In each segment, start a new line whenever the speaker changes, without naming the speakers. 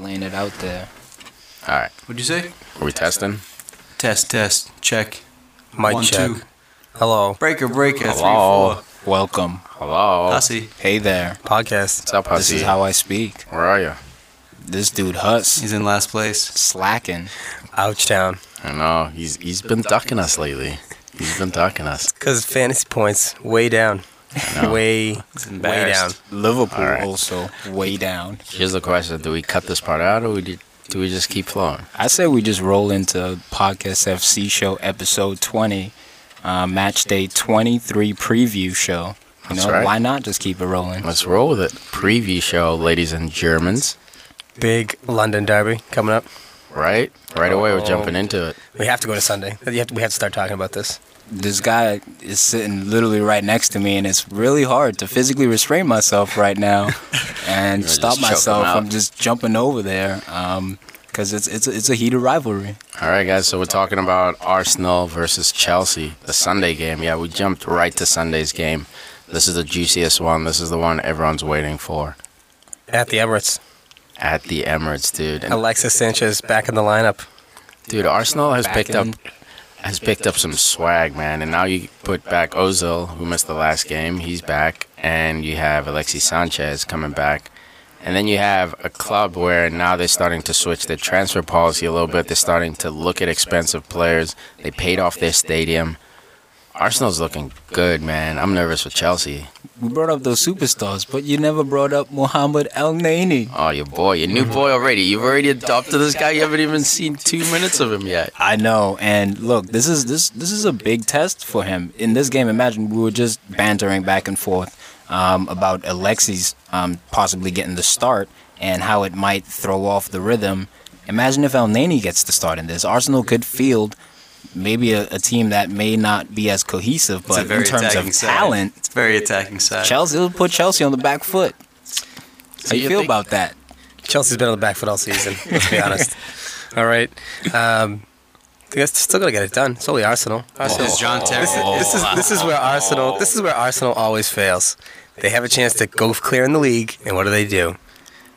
laying it out there.
All right.
What'd you say?
Are we testing?
Test, test, check.
Mic
One,
check.
two.
Hello,
Breaker, breaker.
Hello.
Three, four.
Welcome.
Hello.
Oh.
Posse.
Hey there.
podcast.
What's up,
This
Hussy?
is how I speak.
Where are you?
This dude Huss
He's in last place.
slacking.
Ouch town.
I know he's he's been ducking us lately. He's been ducking us.
Cause fantasy points way down, way way down.
embarrassed.
Liverpool
All right.
also way down.
Here's the question: Do we cut this part out, or we do, do we just keep flowing?
I say we just roll into Podcast FC show episode 20, uh, match day 23 preview show. You
That's
know,
right.
why not just keep it rolling?
Let's roll with it. Preview show, ladies and Germans.
Big London derby coming up.
Right, right away. We're
Oh.
jumping into it.
We have to go to Sunday. You have to- we have to start talking about this.
This guy is sitting literally right next to me, and it's really hard to physically restrain myself right now and
just
stop
choke him
myself
out.
from just jumping over there. Um 'cause because it's it's a- it's a heated rivalry.
All right, guys. So we're talking about Arsenal versus Chelsea, the Sunday game. Yeah, we jumped right to Sunday's game. This is the juiciest one. This is the one everyone's waiting for
At the Emirates,
at the Emirates, dude. And
Alexis Sanchez back in the lineup.
Dude, Arsenal has
Back
picked up
in.
has picked up some swag, man. And now you put back Ozil, who missed the last game, he's back, and you have Alexis Sanchez coming back. And then you have a club where now they're starting to switch their transfer policy a little bit. They're starting to look at expensive players. They paid off their stadium. Arsenal's looking good, man. I'm nervous for Chelsea.
We brought up those superstars, but you never brought up Mohamed El Nani.
Oh, your boy, your new boy already. You've already adopted this guy. You haven't even seen two minutes of him yet.
I know, and look, this is this this is a big test for him in this game. Imagine we were just bantering back and forth um, about Alexis um, possibly getting the start and how it might throw off the rhythm. Imagine if El Nani gets the start in this. Arsenal could field maybe a, a team that may not be as cohesive,
It's a
but
very
in terms
attacking
of
side.
talent,
It's a very attacking side.
Chelsea will put Chelsea on the back foot. How
So
you
you
feel
think-
about that?
Chelsea's been on the back foot all season. Let's be honest. All right. Um, I guess still gonna get it done. It's only Arsenal. Arsenal.
This is John Terry.
This is, this is this is where Arsenal this is where Arsenal always fails. They have a chance to go clear in the league, and what do they do?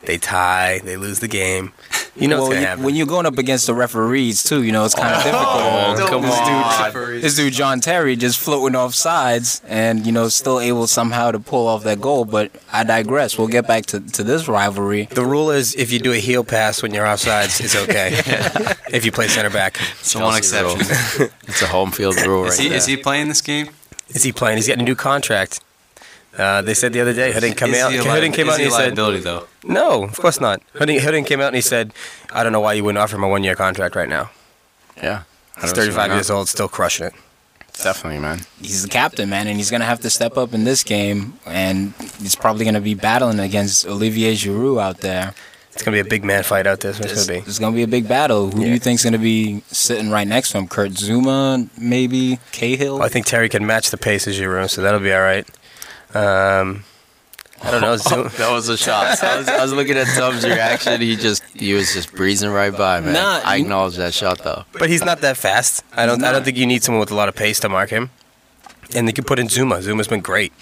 They tie. They lose the game. You Oh. know
well,
what's gonna
you-
happen.
when you're going up against the referees too, you know it's kind of difficult.
Don't
come
this dude
on.
referees.
this dude John Terry just floating off sides and you know still able somehow to pull off that goal. But I digress. We'll get back to, to this rivalry.
the rule is if you do a heel pass when you're offsides, it's okay. If you play center back,
It's the one
Chelsea
exception.
It's a home field rule right
Is he,
there.
is he playing this game?
is he playing? He's getting a new contract. Uh, they said the other day, Hooding came
Is
out.
he a
Hooding came
li-
out
is
and he
he a
said,
liability, though.
"No, of course not." Hooding, Hooding came out and he said, "I don't know why you wouldn't offer him a one-year contract right now.
Yeah. I
He's
don't see
35
why
years
not.
old, still crushing it."
Definitely, man.
He's the captain, man, and he's gonna have to step up in this game. And he's probably gonna be battling against Olivier Giroud out there.
It's gonna be a big man fight out there. It's
It's,
gonna be.
it's gonna be a big battle. Who do
Yeah.
you think's gonna be sitting right next to him? Kurt Zuma, maybe Cahill.
I think Terry can match the pace as you room, so that'll be all right. Um, I don't know. Zoom.
That was a shot. I was, I was looking at Tom's reaction. He just he was just breezing right by, man.
Nah,
I
you-
acknowledge that shot though.
But he's not that fast. I don't. I don't think you need someone with a lot of pace to mark him. And they could put in Zuma. Zuma's been great.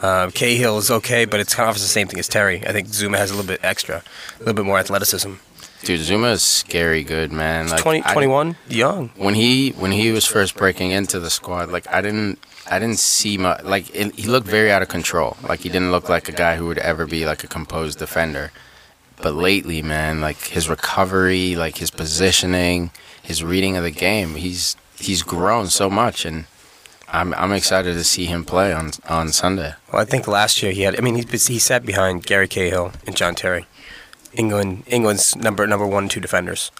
Um, Cahill is okay, but it's kind of the same thing as Terry. I think Zuma has a little bit extra, a little bit more athleticism.
Dude, Zuma is scary good, man. Like
Twenty,
I-
twenty-one, 20, 21, young.
when he when he was first breaking into the squad, like I didn't I didn't see much. Like it, he looked very out of control. Like he didn't look like a guy who would ever be like a composed defender. But lately, man, like his recovery, like his positioning, his reading of the game, he's he's grown so much, and I'm I'm excited to see him play on on Sunday.
Well, I think last year he had. I mean, he he sat behind Gary Cahill and John Terry, England England's number number one and two defenders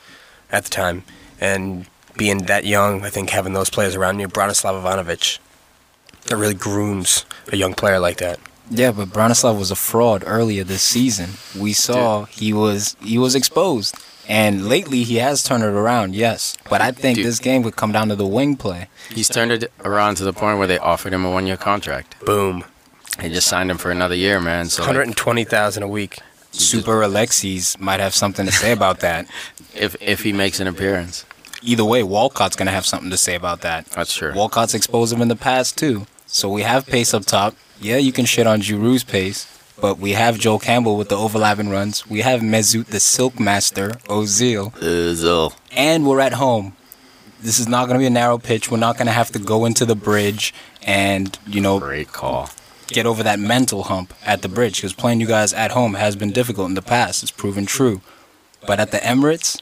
at the time, and being that young, I think having those players around you, Branislav Ivanovic, that really grooms a young player like that.
Yeah, but Bronislav was a fraud earlier this season. We saw he was he was exposed, and lately he has turned it around. Yes, but I think
Dude.
this game would come down to the wing play.
He's turned it around to the point where they offered him a one year contract.
Boom.
They just signed him for another year, man. So like,
120,000 a week.
Super Alexis might have something to say about that.
if if he makes an appearance,
Either way, Walcott's gonna have something to say about that.
that's true.
Walcott's exposed him in the past too, so we have pace up top. Yeah, you can shit on Giroud's pace, But we have Joel Campbell with the overlapping runs. We have Mezut, the Silk Master, Ozil,
Ozil.
and we're at home. This is not going to be a narrow pitch. We're not going to have to go into the bridge and you know
Great call.
get over that mental hump at the bridge because playing you guys at home has been difficult in the past. It's proven true, but at the Emirates,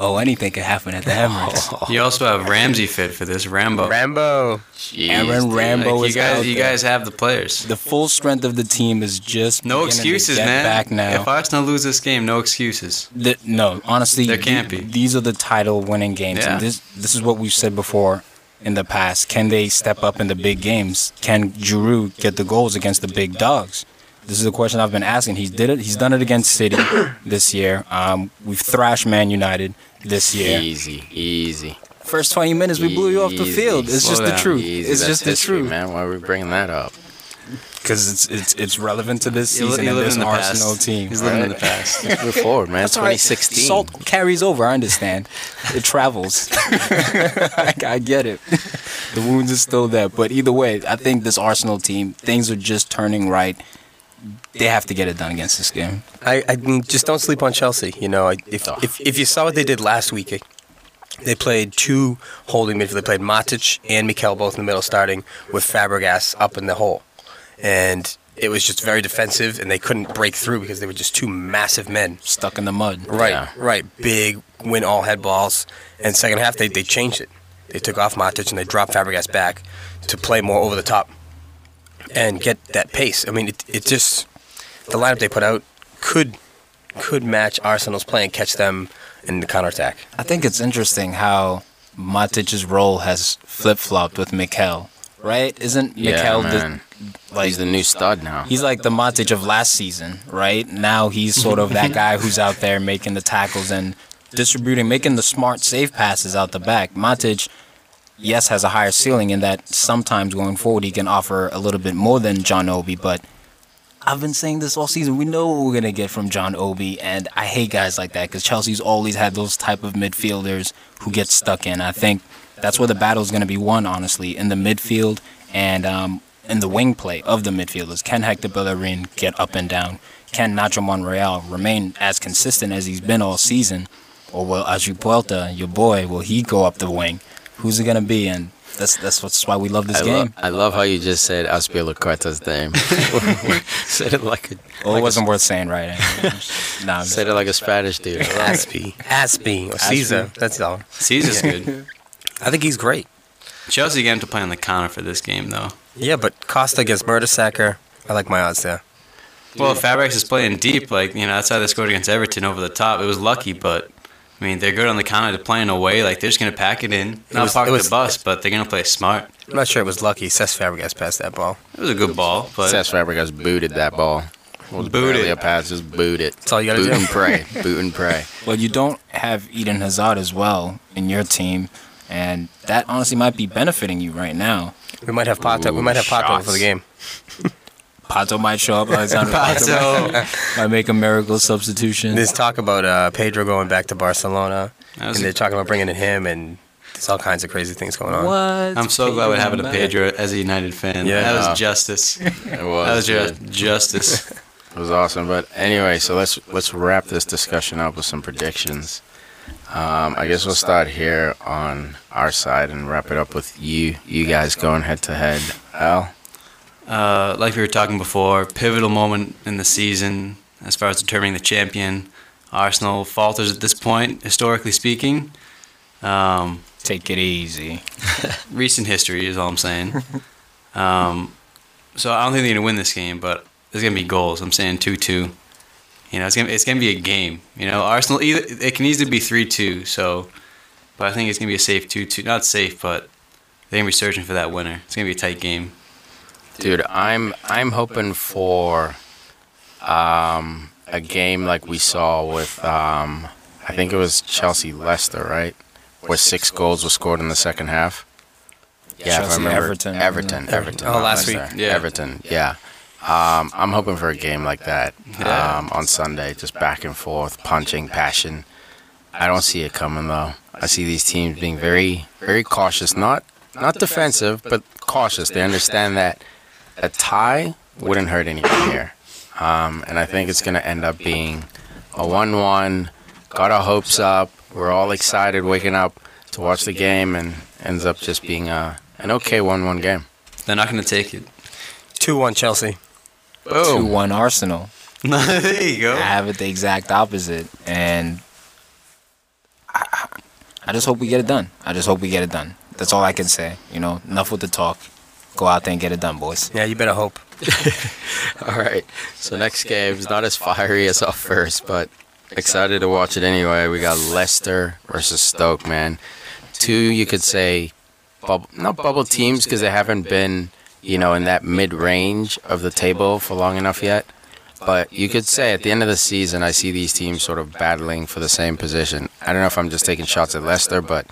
oh, anything could happen at the Emirates.
You also have Ramsey fit for this Rambo.
Rambo.
Jeez,
Aaron
dude.
Rambo
Like,
is
you guys,
out
you
there.
guys have the players.
The full strength of the team is just beginning
No
to
excuses,
get
man.
Back now.
If Arsenal lose this game, no excuses.
The, no, honestly,
There can't
the-
be.
These are the title-winning games,
Yeah.
and this this is what we've said before in the past. Can they step up in the big games? Can Giroud get the goals against the big dogs? This is a question I've been asking. He did it. He's done it against City this year. Um, we've thrashed Man United this year.
Easy, easy.
First 20 minutes, we blew you off the
Easy.
field. It's
Slow
just the
down.
truth.
Easy.
It's
That's
just the
history,
truth.
man. Why are we bringing that up?
Because it's, it's it's relevant to this
You li-
season
you
and
live
this
in the
Arsenal
past.
team.
He's living in the
Right.
past.
Let's move forward, man. It's
That's all right.
2016.
Salt carries over. I understand. It travels. I, I get it. The wounds are still there, but either way, I think this Arsenal team things are just turning right. They have to get it done against this game.
I, I mean, just don't sleep on Chelsea. You know, I- if, if if you saw what they did last week, eh, they played two holding midfield. They played Matic and Mikel both in the middle, starting with Fabregas up in the hole, and it was just very defensive, and they couldn't break through because they were just two massive men.
Stuck in the mud.
Right,
Yeah.
right. Big win all head balls. And second half, they, they changed it. They took off Matic and they dropped Fabregas back to play more over the top and get that pace. I mean, it, it just the lineup they put out could could match Arsenal's play and catch them in the counterattack.
I think it's interesting how Matic's role has flip flopped with Mikel. Right? Isn't
Yeah,
Mikel
man.
the like
He's the new stud now.
He's like the Matic of last season, right? Now he's sort of that guy who's out there making the tackles and distributing, making the smart safe passes out the back. Matic, yes, has a higher ceiling in that sometimes going forward he can offer a little bit more than John Obi, but I've been saying this all season. We know what we're gonna get from John Obi, and I hate guys like that because Chelsea's always had those type of midfielders who get stuck in. I think that's where the battle's gonna be won, honestly, in the midfield and um, in the wing play of the midfielders. Can Hector Bellerin get up and down? Can Nacho Monreal remain as consistent as he's been all season, or will Ajupuelta, your boy, will he go up the wing? Who's it gonna be? And that's that's what's why we love this
I,
game.
love, I love how you just said Aspilicueta's name. said it like a
well, Oh, it wasn't worth saying, right? nah, I'm just-
said it like a Spanish dude.
Aspie. Aspie or Caesar. That's all.
Caesar's good.
I think he's great.
Chelsea get him to play on the counter for this game, though.
Yeah, but Costa against Murdersacker, I like my odds there.
Well, Fabregas is playing deep. Like, you know, that's how they scored against Everton over the top. It was lucky, but, I mean, they're good on the counter. They're playing away. Like, they're just going to pack it in. Not
was-
park
it was-
the bus, but they're going to play smart.
I'm not sure it was lucky. Cesc Fabregas passed that ball.
It was a good ball, but
Cesc Fabregas booted that ball. Was
Boot
barely
it.
a pass, just boot it. That's
all you gotta
boot
do.
and pray. Boot and pray.
Well, you don't have Eden Hazard as well in your team, and that honestly might be benefiting you right now.
We might have Pato. We
Ooh,
might have Pato
shots.
for the game.
Pato might show up. Alexander Pato
so
might make a miracle substitution.
There's talk about uh, Pedro going back to Barcelona,
That
and
was-
they're talking about bringing in him, and there's all kinds of crazy things going on.
I'm so glad what happened to Pedro as a United fan.
Yeah.
that
Yeah.
was justice.
It
That
was,
was
dude.
just justice.
It was awesome. But anyway, so let's let's wrap this discussion up with some predictions. Um, I guess we'll start here on our side and wrap it up with you you guys going head to head. Al,
Uh, like we were talking before, pivotal moment in the season as far as determining the champion. Arsenal falters at this point, historically speaking. Um,
Take it easy.
recent history is all I'm saying. Um, so I don't think they're gonna win this game, but there's gonna be goals. I'm saying two two. You know, it's gonna it's gonna be a game. You know, Arsenal either it can easily be three two. So, but I think it's gonna be a safe two two. Not safe, but they're gonna be searching for that winner. It's gonna be a tight game.
dude, I'm I'm hoping for um, a game like we saw with um, I think it was Chelsea Leicester, right? Where six goals were scored in the second half. Yeah, if I
Chelsea,
remember.
Everton.
Everton, Everton.
Oh,
not
last
Leicester.
week.
Yeah.
Everton, yeah. Um, I'm hoping for a game like that
Yeah.
um, on Sunday, just back and forth, punching, passion. I don't see it coming though. I see these teams being very, very cautious. Not, not defensive, but cautious. They understand that a tie wouldn't hurt anyone here. Um, and I think it's going to end up being a 1 1. Got our hopes up. We're all excited waking up to watch the game and ends up just being a, an okay 1 1 game.
They're not going to take it.
2 1 Chelsea.
Two
Boom.
one Arsenal.
No, there you go.
I have it the exact opposite, and I, I just hope we get it done. I just hope we get it done. That's all I can say. You know, enough with the talk. Go out there and get it done, boys.
Yeah, you better hope.
All right. So next game's not as fiery as our first, but excited to watch it anyway. We got Leicester versus Stoke, man. Two, you could say, bub- not bubble teams because they haven't been, you know, in that mid range of the table for long enough yet. But you could say at the end of the season, I see these teams sort of battling for the same position. I don't know if I'm just taking shots at Leicester, but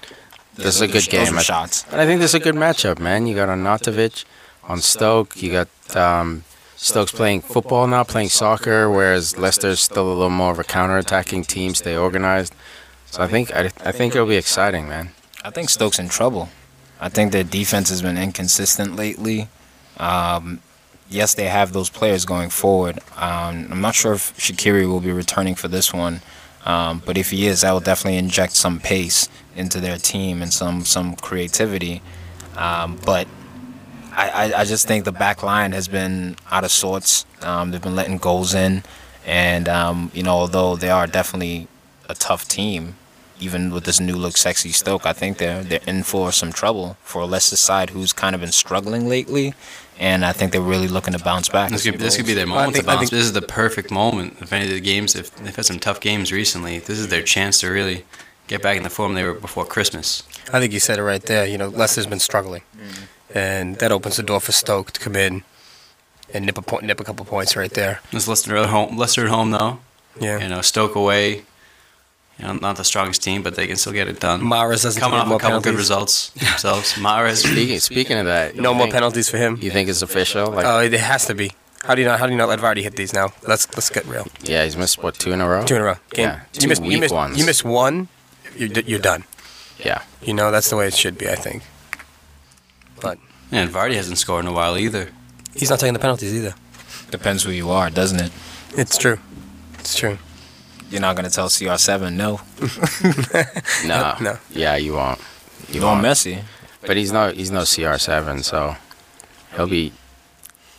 this is a good
Those
game.
were
I
shots.
but I think this is a good matchup, man. You got on Natovich, on Stoke. You got um, Stoke's playing football now, playing soccer, whereas Leicester's still a little more of a counter-attacking team, stay organized. So I think I, I think it'll be exciting, man.
I think Stoke's in trouble. I think their defense has been inconsistent lately. Um, yes, they have those players going forward. Um, I'm not sure if Shakiri will be returning for this one, um, but if he is, that will definitely inject some pace into their team and some some creativity. Um, but I, I, I just think the back line has been out of sorts. Um, they've been letting goals in, and um, you know, although they are definitely a tough team, even with this new look, sexy Stoke, I think they're they're in for some trouble for a Leicester side who's kind of been struggling lately, and I think they're really looking to bounce back.
This could, this could be their moment
think-
to
I
bounce.
think-
this is the perfect moment. If any of the games, if they've had some tough games recently, this is their chance to really get back in the form they were before Christmas.
I think you said it right there. You know, Leicester's been struggling,
Mm.
and that opens the door for Stoke to come in and nip a point, nip a couple points right there.
Let's Leicester at home. Leicester at home though.
Yeah,
You know, Stoke away. You know, not the strongest team, but they can still get it done.
Mahrez doesn't
Coming
take
off a
more
couple good
penalties.
results themselves. Mahrez.
Speaking, speaking of that,
No
you
more
think-
penalties for him.
You think it's official? Like,
Oh, it has to be. How do you not? How do you not let Vardy hit these now? Let's let's get real.
yeah, he's missed what two in a row.
Two in a row. Game.
Yeah, two
you miss, you
weak
miss,
ones.
You miss one, you're, d- you're done.
Yeah,
You know that's the way it should be. I think. But
And Vardy hasn't scored in a while either.
he's not taking the penalties either.
Depends who you are, doesn't it?
It's true. It's true.
You're not gonna tell CR7 no.
no,
No.
yeah, you won't. You
Nor
won't.
Messi.
But he's no he's no CR7, so he'll be.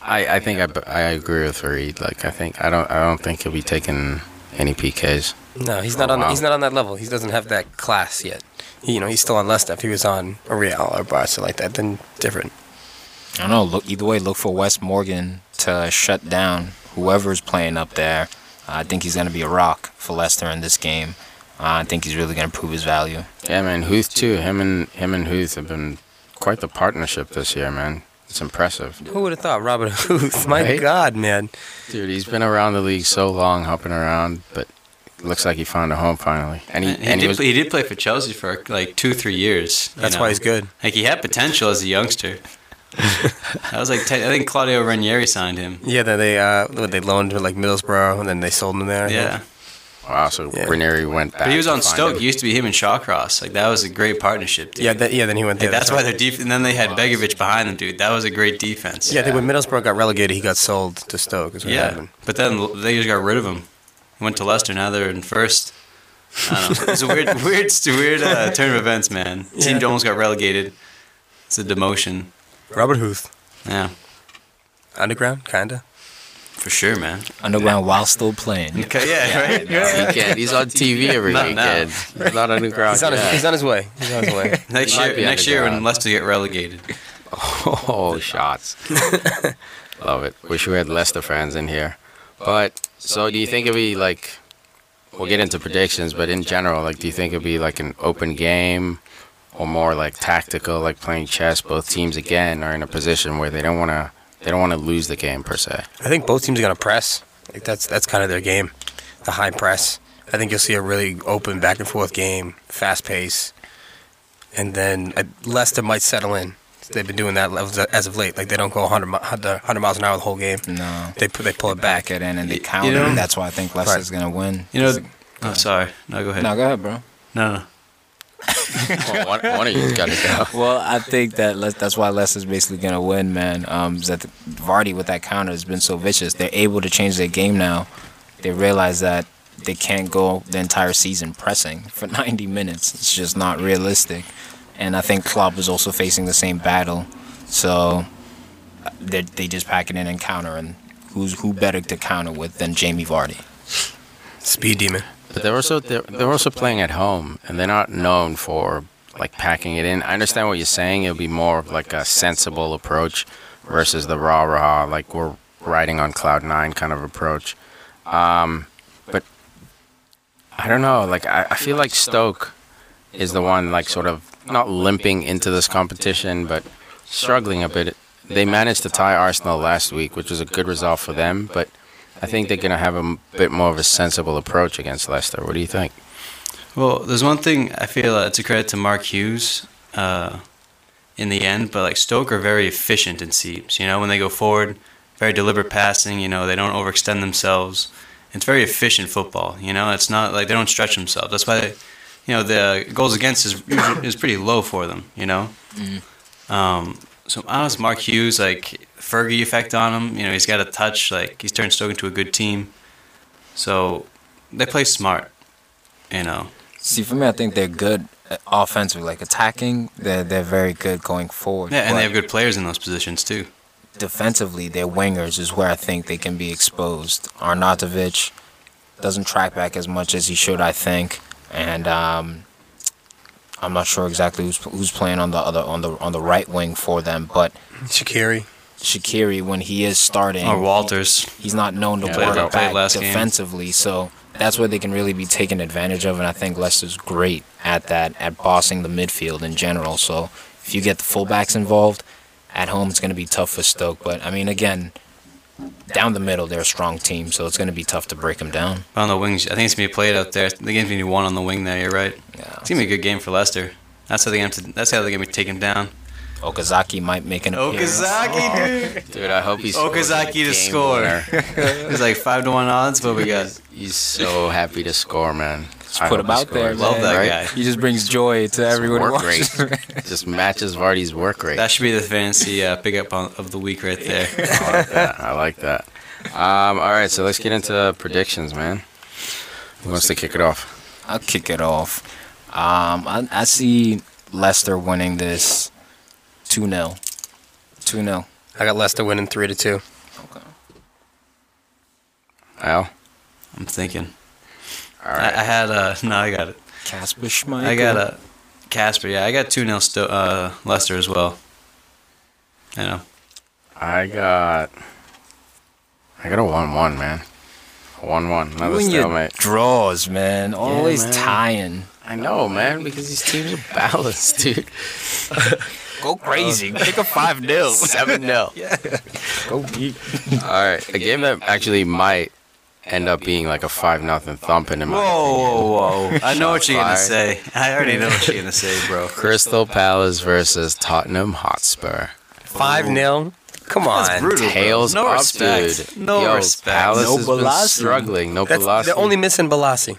I, I think I, I agree with Farid. Like I think I don't I don't think he'll be taking any PKs.
No, he's not on.
wow.
He's not on that level. He doesn't have that class yet. He, you know, he's still on Leicester. If he was on a Real or Barca like that, then different.
I don't know. Look either way. Look for Wes Morgan to shut down whoever's playing up there. I think he's going to be a rock for Leicester in this game. Uh, I think he's really going to prove his value.
Yeah, man. Huth too. Him and him and Huth have been quite the partnership this year, man. It's impressive,
Who would have thought, Robert Huth? My
Right?
God, man.
dude. He's been around the league so long, hopping around, but looks like he found a home finally. And he
He,
and,
did,
he was,
play, he did play for Chelsea for like two, three years. you
That's
know.
why he's good.
Like he had potential as a youngster. I was like, ten, I think Claudio Ranieri signed him.
Yeah, then they uh, what, they loaned him to like Middlesbrough, and then they sold him there. I think.
Yeah,
wow. So
Yeah.
Ranieri went back.
but he was
to
on
find
Stoke.
him.
It used to be him and Shawcross. Like that was a great partnership. Dude.
yeah, that, yeah. Then he went there.
Like, that's why
right.
their defense. And then they had Begovic behind them, dude. That was a great defense.
Yeah, I think when Middlesbrough got relegated, he got sold to Stoke. Is what
yeah.
happened.
But then they just got rid of him. Went to Leicester. Now they're in first. I don't know. It's a weird, weird, weird uh, turn of events, man. Team almost got relegated. It's a demotion.
Robert Huth,
Yeah,
underground, kinda.
for sure, man.
Underground while still playing.
Okay, yeah, right.
Weekend. He's on TV every
Not now.
weekend. He's not on ground.
He's on his,
yet.
he's on his way. He's on his way.
Next
Might
year,
be
next year when
underground.
Leicester get relegated.
Oh, shots. Love it. Wish we had Leicester fans in here. But so do you think it'll be like we'll get into predictions, but in general, like do you think it'll be like an open game or more like tactical, like playing chess? Both teams again are in a position where they don't wanna they don't wanna lose the game per se.
I think both teams are gonna press. Like that's that's kind of their game, the high press. I think you'll see a really open back and forth game, fast pace, and then uh, Leicester might settle in. They've been doing that levels as of late. Like they don't go 100, mi- 100 miles an hour the whole game.
No.
They pu- they pull it
Back
back.
it in and they
You
counter.
know-
that's why I think Leicester's going to win.
You know, oh, sorry. No, go ahead.
No,
No,
go ahead, bro.
no.
Well, one, one of you's got to go.
Well, I think that Les, that's why Leicester's basically gonna win, man. Um, is that Vardy with that counter has been so vicious. They're able to change their game now. They realize that they can't go the entire season pressing for 90 minutes. It's just not realistic. And I think Klopp is also facing the same battle. So uh, they they just pack it in and counter. And who's who better to counter with than Jamie Vardy?
Speed demon.
But they're also they're, they're also playing at home, and they're not known for like packing it in. I understand what you're saying. It'll be more of like a sensible approach versus the rah rah like we're riding on cloud nine kind of approach. Um, but I don't know. Like I, I feel like Stoke is the one like sort of not limping into this competition, but struggling a bit. They managed to tie Arsenal last week, which was a good result for them, but. I think they're going to have a m- bit more of a sensible approach against Leicester. What do you think?
Well, there's one thing I feel uh, it's a credit to Mark Hughes uh, in the end, but like Stoke are very efficient in seams. You know, when they go forward, very deliberate passing. You know, they don't overextend themselves. It's very efficient football. You know, it's not like they don't stretch themselves. That's why, they, you know, the goals against is usually- is pretty low for them. You know, um, so I was Mark Hughes like Fergie effect on him. You know, he's got a touch. Like he's turned Stoke into a good team. So they play smart. You know.
See, for me, I think they're good uh, offensively, like attacking. They're they're very good going forward.
Yeah, and
but-
they have good players in those positions too.
defensively, their wingers is where I think they can be exposed. Arnautovic doesn't track back as much as he should, I think, and um, I'm not sure exactly who's who's playing on the other on the on the right wing for them. But
Shakiri.
Shakiri, when he is starting,
Or Walters.
he's not known to
Yeah,
work
they
played
back
last game.
defensively, so that's where they can really be taken advantage of. And I think Leicester's great at that, at bossing the midfield in general. So if you get the fullbacks involved at home, it's going to be tough for Stoke. But I mean, again, down the middle, they're a strong team, so it's going to be tough to break them down.
But on the wings, I think it's gonna be played out there. The game's gonna be one on the wing there. You're right.
Yeah.
It's gonna be a good game for Leicester. That's how they have to. That's how they're gonna be taken down.
Okazaki might make an appearance.
Okazaki, dude.
Dude, I hope he's
Okazaki to score. It's like five to one odds, but we got.
He's so happy to score, man. Just
Put him out there. man.
Love that guy.
He just brings joy to everyone. who
work
watches.
rate. Just matches Vardy's work rate.
That should be the fancy uh, pickup on, of the week right there.
I like that. I like that. Um, all right, so let's get into predictions, man. Who wants to kick it off?
I'll kick it off. Um, I, I see Leicester winning this 2 0. 2 0.
I got Leicester winning three to two.
Al?
I'm thinking.
All
I, I
right.
had uh no, I got it.
Casper Schmeichel.
I got a Casper. Yeah, I got two 0 Sto- uh, Leicester as well. I know.
I got. I got a 1 1, man. 1 1.
You
Another
and your
stalemate.
draws, man. Always
man.
tying.
I know, man, because these teams are balanced, dude.
Go crazy. Pick a 5 0.
7 0. Yeah. Go beat. All right. A game that actually might end up being like a 5 nothing thumping in my opinion.
Whoa, whoa, whoa! I know what you're gonna
Shots
say. I already know what you're gonna say, bro.
Crystal Palace versus Tottenham Hotspur.
Five 0 Come on.
That's brutal. bro.
Tails
no
up,
respect.
dude.
No
Yo,
respect.
Palace
No
has
Balassi.
been struggling. No
That's
Balassi.
they're only missing Balassi.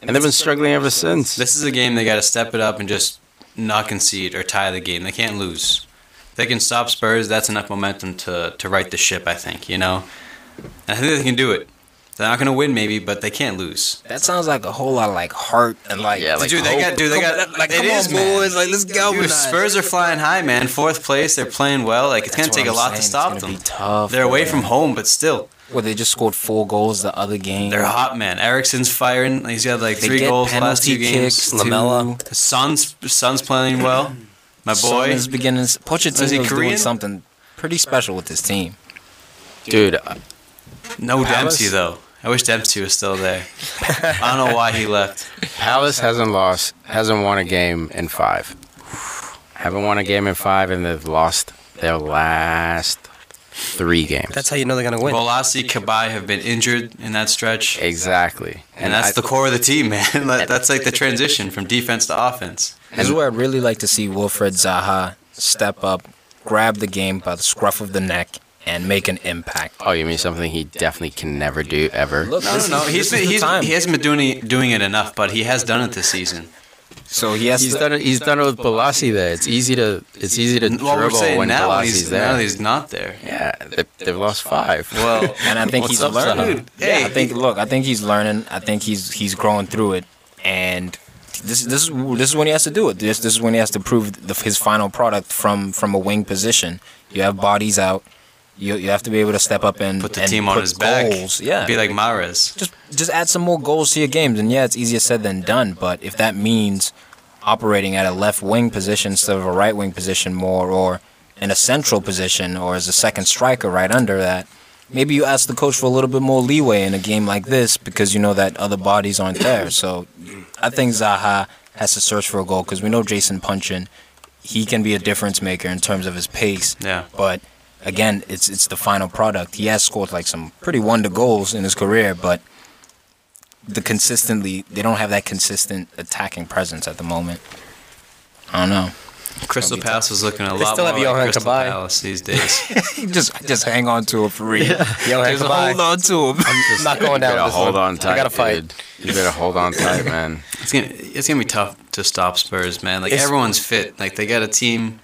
and they've been struggling ever since.
This is a game they got to step it up and just not concede or tie the game. They can't lose. If they can stop Spurs. That's enough momentum to to right the ship. I think you know. And I think they can do it. They're not gonna win, maybe, but they can't lose.
That sounds like a whole lot of like heart and like.
Yeah, like-
dude, they got, dude, they got. Like, it is, man.
Like, let's go.
Dude, Spurs are flying high, man. Fourth place, they're playing well. Like it's gonna take a lot to stop
it's
them.
gonna Be tough,
They're away
man.
from home, but still,
Well, they just scored four goals the other game.
they're hot, man. Ericsson's firing. He's got like
They
three
get
goals
penalty
last two games.
kicks.
Lamella.
too.
The Sun's Sun's playing well. My
Son
boy.
is beginning. Pochettino's
Is he
doing
Korean?
something pretty special with this team.
dude, uh,
No
Palace?
Dempsey though. I wish Dempsey was still there. I don't know why he left.
Palace hasn't lost, hasn't won a game in five. Haven't won a game in five, and they've lost their last three games.
That's how you know they're gonna win.
Volasi, Kabai have been injured in that stretch, and,
exactly. And,
that's
I-
the core of the team, man. Like, that's like the transition from defense to offense.
This is where I'd really like to see Wilfred Zaha step up, grab the game by the scruff of the neck, and make an impact.
Oh, you mean something he definitely can never do ever?
Look,
No,
this
no, no.
is- this
He's been,
is the
he's,
time.
he hasn't been doing it, doing it enough, but he has done it this season.
So he has
He's
to.
done it. He's done it with Balassi there. It's easy to. It's easy to
Well, we're
dribble
saying
when
now
Balassi's
he's,
there.
now he's not there. Oh.
yeah, they, they've lost five.
Well,
and I think
What's
he's
up, son?
learning.
Dude, hey.
I think look, I think he's learning. I think he's he's growing through it, and this this is this is when he has to do it. This this is when he has to prove the, his final product from from a wing position. You have bodies out. You you have to be able to step up and
put the
and
team on
put
his
goals.
back.
Yeah,
Be like Mares.
just just add some more goals to your games, and yeah, it's easier said than done. But if that means operating at a left wing position instead of a right wing position more, or in a central position, or as a second striker right under that, maybe you ask the coach for a little bit more leeway in a game like this because you know that other bodies aren't there. So I think Zaha has to search for a goal because we know Jason Punchin, he can be a difference maker in terms of his pace.
Yeah.
But again, it's it's the final product. He has scored like some pretty wonder goals in his career, but the consistently they don't have that consistent attacking presence at the moment. I don't know.
Crystal
Don't be
Palace is looking a
They
lot
still
more
have
like
Johan
Crystal
Kabay.
Palace these days.
just just hang on to it for real.
Yo,
Just hold on to him.
I'm not going down.
You better
with this one.
hold on tight.
I gotta fight.
dude. You better hold on tight, man.
it's gonna it's gonna be tough to stop Spurs, man. Like
It's-
everyone's fit. Like they got a team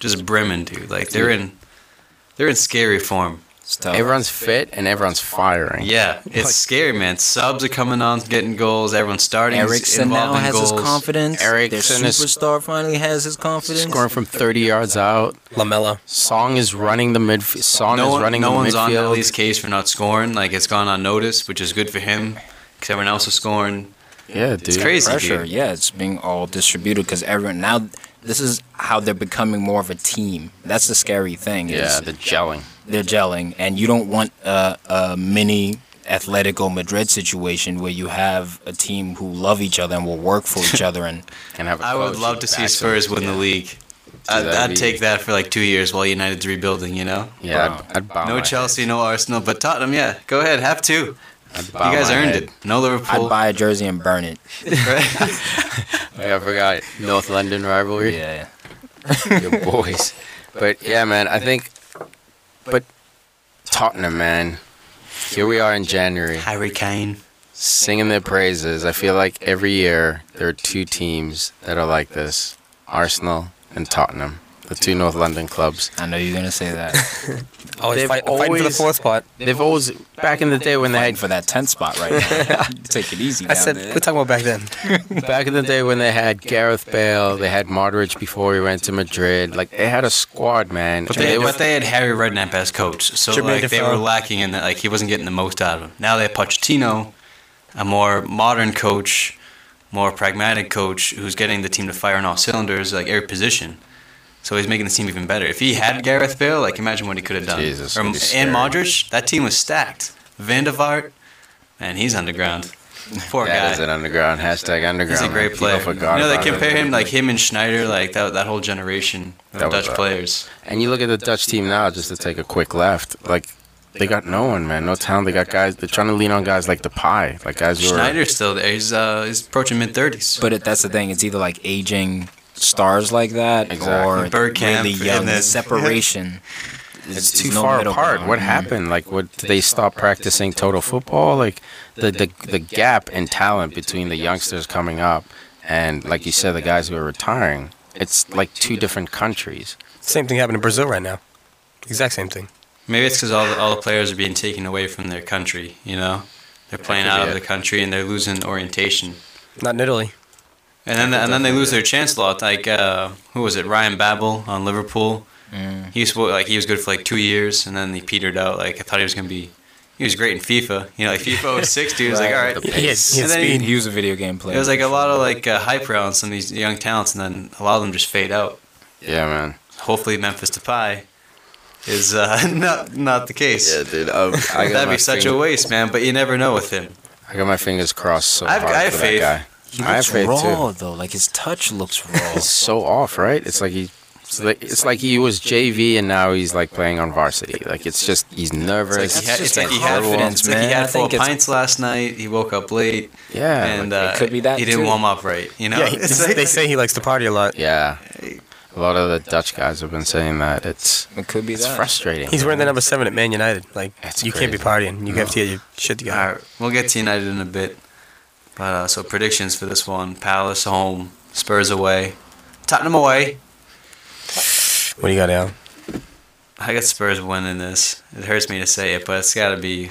just brimming, dude. Like they're in they're in scary form.
It's tough.
Everyone's fit and everyone's firing.
Yeah, it's scary, man. Subs are coming on, getting goals. Everyone's starting. is
Erickson
involved
now
in
has
goals.
his confidence.
Eriksen
Their
is-
superstar finally has his confidence.
Scoring from 30 yards out.
Lamella.
Song is running the midfield. Song
No,
is
one,
running
no
the
one's on
midfield.
Ellie's case for not scoring. Like it's gone unnoticed, which is good for him because everyone else is scoring.
yeah, dude.
crazy.
pressure.
dude.
Yeah, it's being all distributed because everyone now. This is how they're becoming more of a team. That's the scary thing. is
Yeah, the gelling.
they're gelling, and you don't want a, a mini Atletico Madrid situation where you have a team who love each other and will work for each other. And
And have a
I would
coach
love to see
backs
Spurs
them.
win the league. I'd,
that'd
I'd
be-
take that for like two years while United's rebuilding. You know,
Yeah,
Wow.
I'd, I'd bow
no
my
Chelsea, no Arsenal, but Tottenham. Yeah, go ahead, have two.
Head. I'd
You
bow
guys
my
earned
head.
it. No Liverpool.
I'd buy a jersey and burn it.
right?
Yeah, I forgot North London rivalry.
Yeah,
Your boys. But yeah, man, I think. But Tottenham, man. Here we are in January.
Harry Kane.
singing their praises. I feel like every year there are two teams that are like this Arsenal and Tottenham, the two North London clubs.
I know you're gonna say that.
Always
They've
fight, fighting for the
always-
fourth spot.
They've always, back in the day when they
Heading
had,
for that 10th spot right now. Take it easy.
I
down
said,
there.
we're talking about back then.
back in the day when they had Gareth Bale, they had Modric before he went to Madrid. Like they had a squad, man.
But
And
they,
were-
but they had Harry Redknapp as coach, so
Jermaine
like they were
Defoe.
lacking in that. Like he wasn't getting the most out of him. Now they have Pochettino, a more modern coach, more pragmatic coach who's getting the team to fire on all cylinders, like every position. So he's making the team even better. If he had Gareth Bale, like imagine what he could have done.
Jesus,
or,
that'd
and
be scary.
Modric, that team was stacked. Van de Vaart, man, he's underground. Poor guy.
that is an underground hashtag underground.
He's a great
man.
player.
People
You
forgot
know, they
about it.
compare him like him and Schneider, like that that whole generation of
That was
Dutch
a-
players.
And you look at the Dutch team now, just to take a quick left. Like they got no one, man, no talent. They got guys. They're trying to lean on guys like the pie, like guys who are
Schneider's still there. He's uh, he's approaching mid thirties.
But it, that's the thing. It's either like aging stars like that
Exactly.
or
Bergkamp
really
and
young
then-
separation.
it's
There's
too
no
far
middle
apart.
ground.
What happened? Like, what did they stop practicing total football? Like, the, the the gap in talent between the youngsters coming up and, like you said, the guys who are retiring. It's like two different countries.
Same thing happened in Brazil right now. Exact same thing.
Maybe it's because all the, all the players are being taken away from their country. You know, they're playing
could
out
be
of the
it.
country and they're losing orientation.
Not in Italy.
And then and then they lose their chance a lot. Like uh, who was it? Ryan Babel on Liverpool.
Mm.
He was like he was good for like two years and then he petered out. Like I thought he was gonna be. He was great in FIFA. You know, like FIFA 06, dude. He was like, all right,
The
He had,
pace.
he
And
had
then
speed.
He was a video game player.
It was like a lot of like uh, hype around some of these young talents, and then a lot of them just fade out.
Yeah, man.
Hopefully, Memphis Depay is uh, not not the case.
dude. Um, I
That'd be such a waste, man. But you never know with him.
I got my fingers crossed so
I've-
hard
I have
for
faith.
that
He
guy. I have
looks
faith
raw
too.
though. Like his touch looks raw.
It's so off, right? It's like he. It's like, it's like he was JV and now he's like playing on varsity. Like it's just he's nervous.
It's like he had,
just
it's like he had
confidence,
it's like he
man. I
had four
think it's-
pints last night. He woke up late,
yeah,
and
like-
uh,
it could be that
he didn't
too.
warm up right. You know,
Yeah, he,
It's like-
they say he likes to party a lot.
yeah. A lot of the Dutch guys have been saying that. It's
It could be
It's
that.
frustrating.
He's wearing the number seven at Man United. Like,
That's
you can't be
crazy.
partying. You have to get your shit together.
All right, we'll get to United in a bit. But uh, so predictions for this one: Palace home, Spurs away, Tottenham away.
What do you got, Al?
I got Spurs winning this. It hurts me to say it, but it's got to be,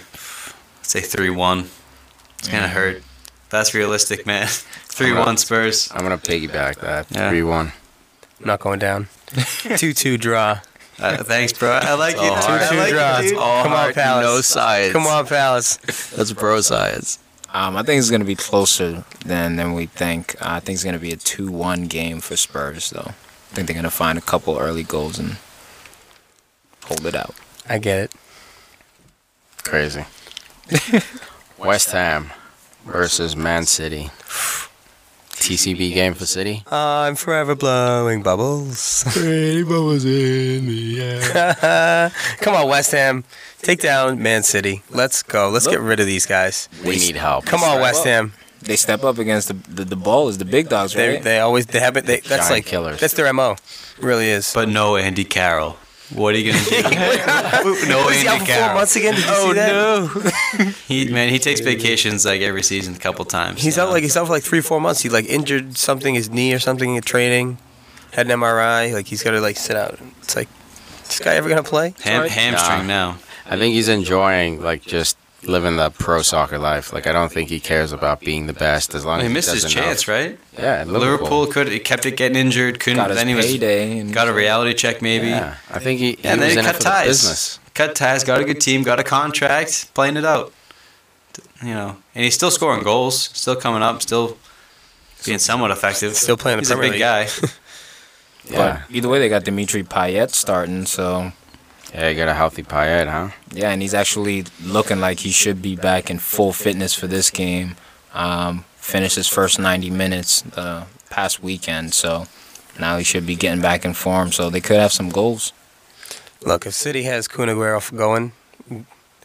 let's say three one. It's gonna hurt. That's realistic, man. Three one Spurs.
I'm gonna piggyback that
Yeah.
three one.
Not going down. two two draw.
Uh, thanks, bro. I like you.
all
dude.
hard.
I like
Two
you,
draws.
dude.
All Come on, hard, Palace. no
science.
Come on, Palace.
That's bro science.
Um, I think it's going to be closer than, than we think. Uh, I think it's going to be a 2 1 game for Spurs, though. I think they're going to find a couple early goals and hold it out.
I get it.
Crazy. West Ham versus Man City. TCB game for City.
I'm forever blowing bubbles. Come on, West Ham. Take down Man City. Let's go. Let's get rid of these guys.
We need help.
Come on, West Ham.
They step up against the the, the ball is the big dogs,
They
right?
they always they have it. They, that's
Giant
like
killers.
That's their mo. Really is.
But no Andy Carroll. What are you gonna do? no
was he
Andy
out for four
Carroll.
months again? Did you see that?
no! he man, he takes vacations like every season, a couple times.
He's out like he's out for like three four months. He like injured something, his knee or something, in training, had an MRI. Like he's got to like sit out. It's like, is this guy ever gonna play?
Ham-
Sorry.
hamstring now.
I think he's enjoying like just living the pro soccer life. Like I don't think he cares about being the best as long
He
as
missed his chance, right?
right? Yeah, at
Liverpool
Liverpool.
could it kept it getting injured. Couldn't.
Got his
then he was
payday and
got a reality check maybe.
Yeah, I think he. he
And
was
then
in it
he cut
for the
ties.
Business.
Cut ties. Got a good team. Got a contract. Playing it out. You know, and he's still scoring goals. Still coming up. Still being somewhat effective.
Still playing in the
He's a
Premier
big
League.
guy.
Yeah,
But either way, they got Dimitri Payet starting, so
yeah, you got a healthy Payet, huh?
yeah, and he's actually looking like he should be back in full fitness for this game. Um, finished his first 90 minutes uh, past weekend, so now he should be getting back in form. So they could have some goals.
Look, if City has Kun Aguero f- going,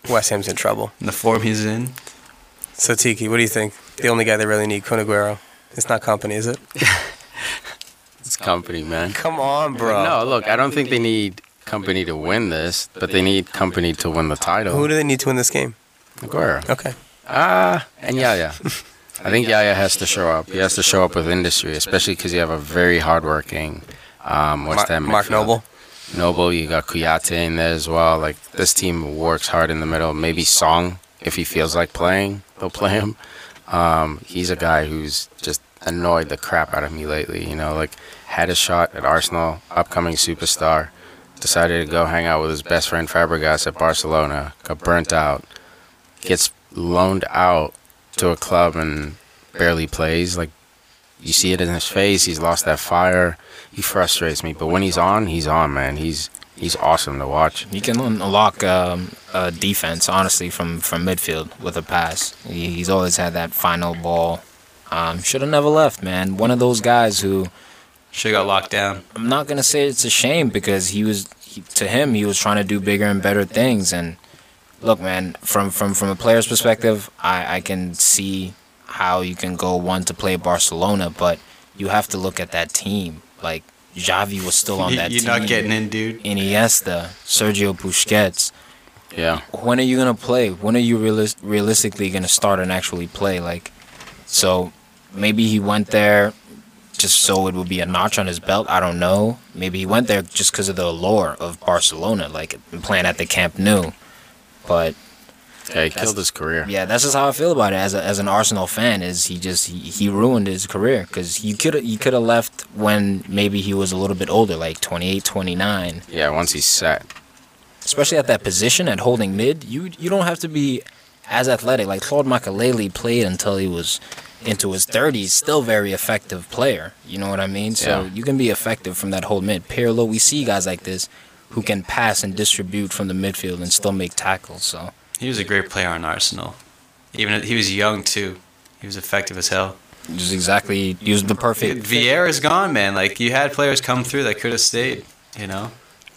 West Ham's in trouble.
In the form he's in.
So Tiki, what do you think? The only guy they really need, Kun Aguero. It's not company, is it?
It's company, man.
Come on, bro.
No, look, I don't think they need company to win this, but they need company to win the title.
Who do they need to win this game?
Aguero.
Okay.
Ah, and Yaya. I think Yaya has to show up. He has to show up with industry, especially because you have a very hardworking um, West
Mar-
Ham.
Mark
midfield.
Noble.
Noble, you got Kuyate in there as well. Like this team works hard in the middle. Maybe Song, if he feels like playing, they'll play him. Um, he's a guy who's just annoyed the crap out of me lately. You know, like had a shot at Arsenal, upcoming superstar, decided to go hang out with his best friend Fabregas at Barcelona, got burnt out, gets loaned out to a club and barely plays. Like you see it in his face. He's lost that fire. He frustrates me, but when he's on, he's on, man. He's he's awesome to watch.
He can unlock um, uh, defense, honestly, from, from midfield with a pass. He, he's always had that final ball. Um, Should have never left, man. One of those guys who
Should got locked down.
I'm not gonna say it's a shame because he was he, to him he was trying to do bigger and better things. And look, man, from from from a player's perspective, I I can see how you can go one to play Barcelona, but you have to look at that team. Like Xavi was still on
You-
that
You're
team.
not getting in, dude.
Iniesta, Sergio Busquets.
Yeah,
When are you gonna play? When are you realis- realistically gonna start and actually play? Like, so maybe he went there just so it would be a notch on his belt. I don't know. Maybe he went there just because of the allure of Barcelona, like playing at the Camp Nou. But
yeah he killed his career.
yeah, that's just how I feel about it as a, as an Arsenal fan. Is he just he, he ruined his career because he could he could have left when maybe he was a little bit older, like 28, 29.
Yeah, once he's set.
especially at that position at holding mid, you you don't have to be as athletic. Like Claude Makaleli played until he was into his 30s, still very effective player. You know what I mean? So
Yeah.
you can be effective from that hold mid. Pirlo, we see guys like this who can pass and distribute from the midfield and still make tackles. So
He was a great player on Arsenal. Even if- he was young too. He was effective as hell.
just exactly he was the perfect
Vieira's gone, man. Like you had players come through that could have stayed. You know.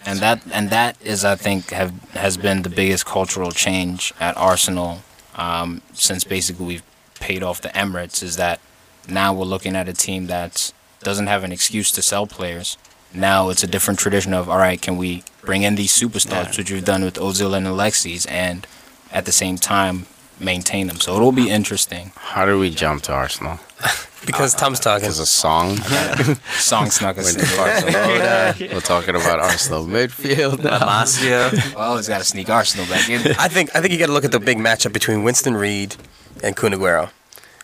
and that and that is I think have has been the biggest cultural change at Arsenal um, since basically we've paid off the Emirates is that now we're looking at a team that doesn't have an excuse to sell players. Now it's a different tradition of all right, can we bring in these superstars,
Yeah.
which we've done with Ozil and Alexis, and at the same time maintain them. So it'll be interesting.
How do we jump to Arsenal?
Because Tom's talking.
Because a song.
Song snuck us in
Barcelona. We're talking about Arsenal
Oh,
midfield.
La Masia.
Well, it's got to sneak Arsenal back in.
I think I think you got to look at the big matchup between Winston Reed and Kun Aguero.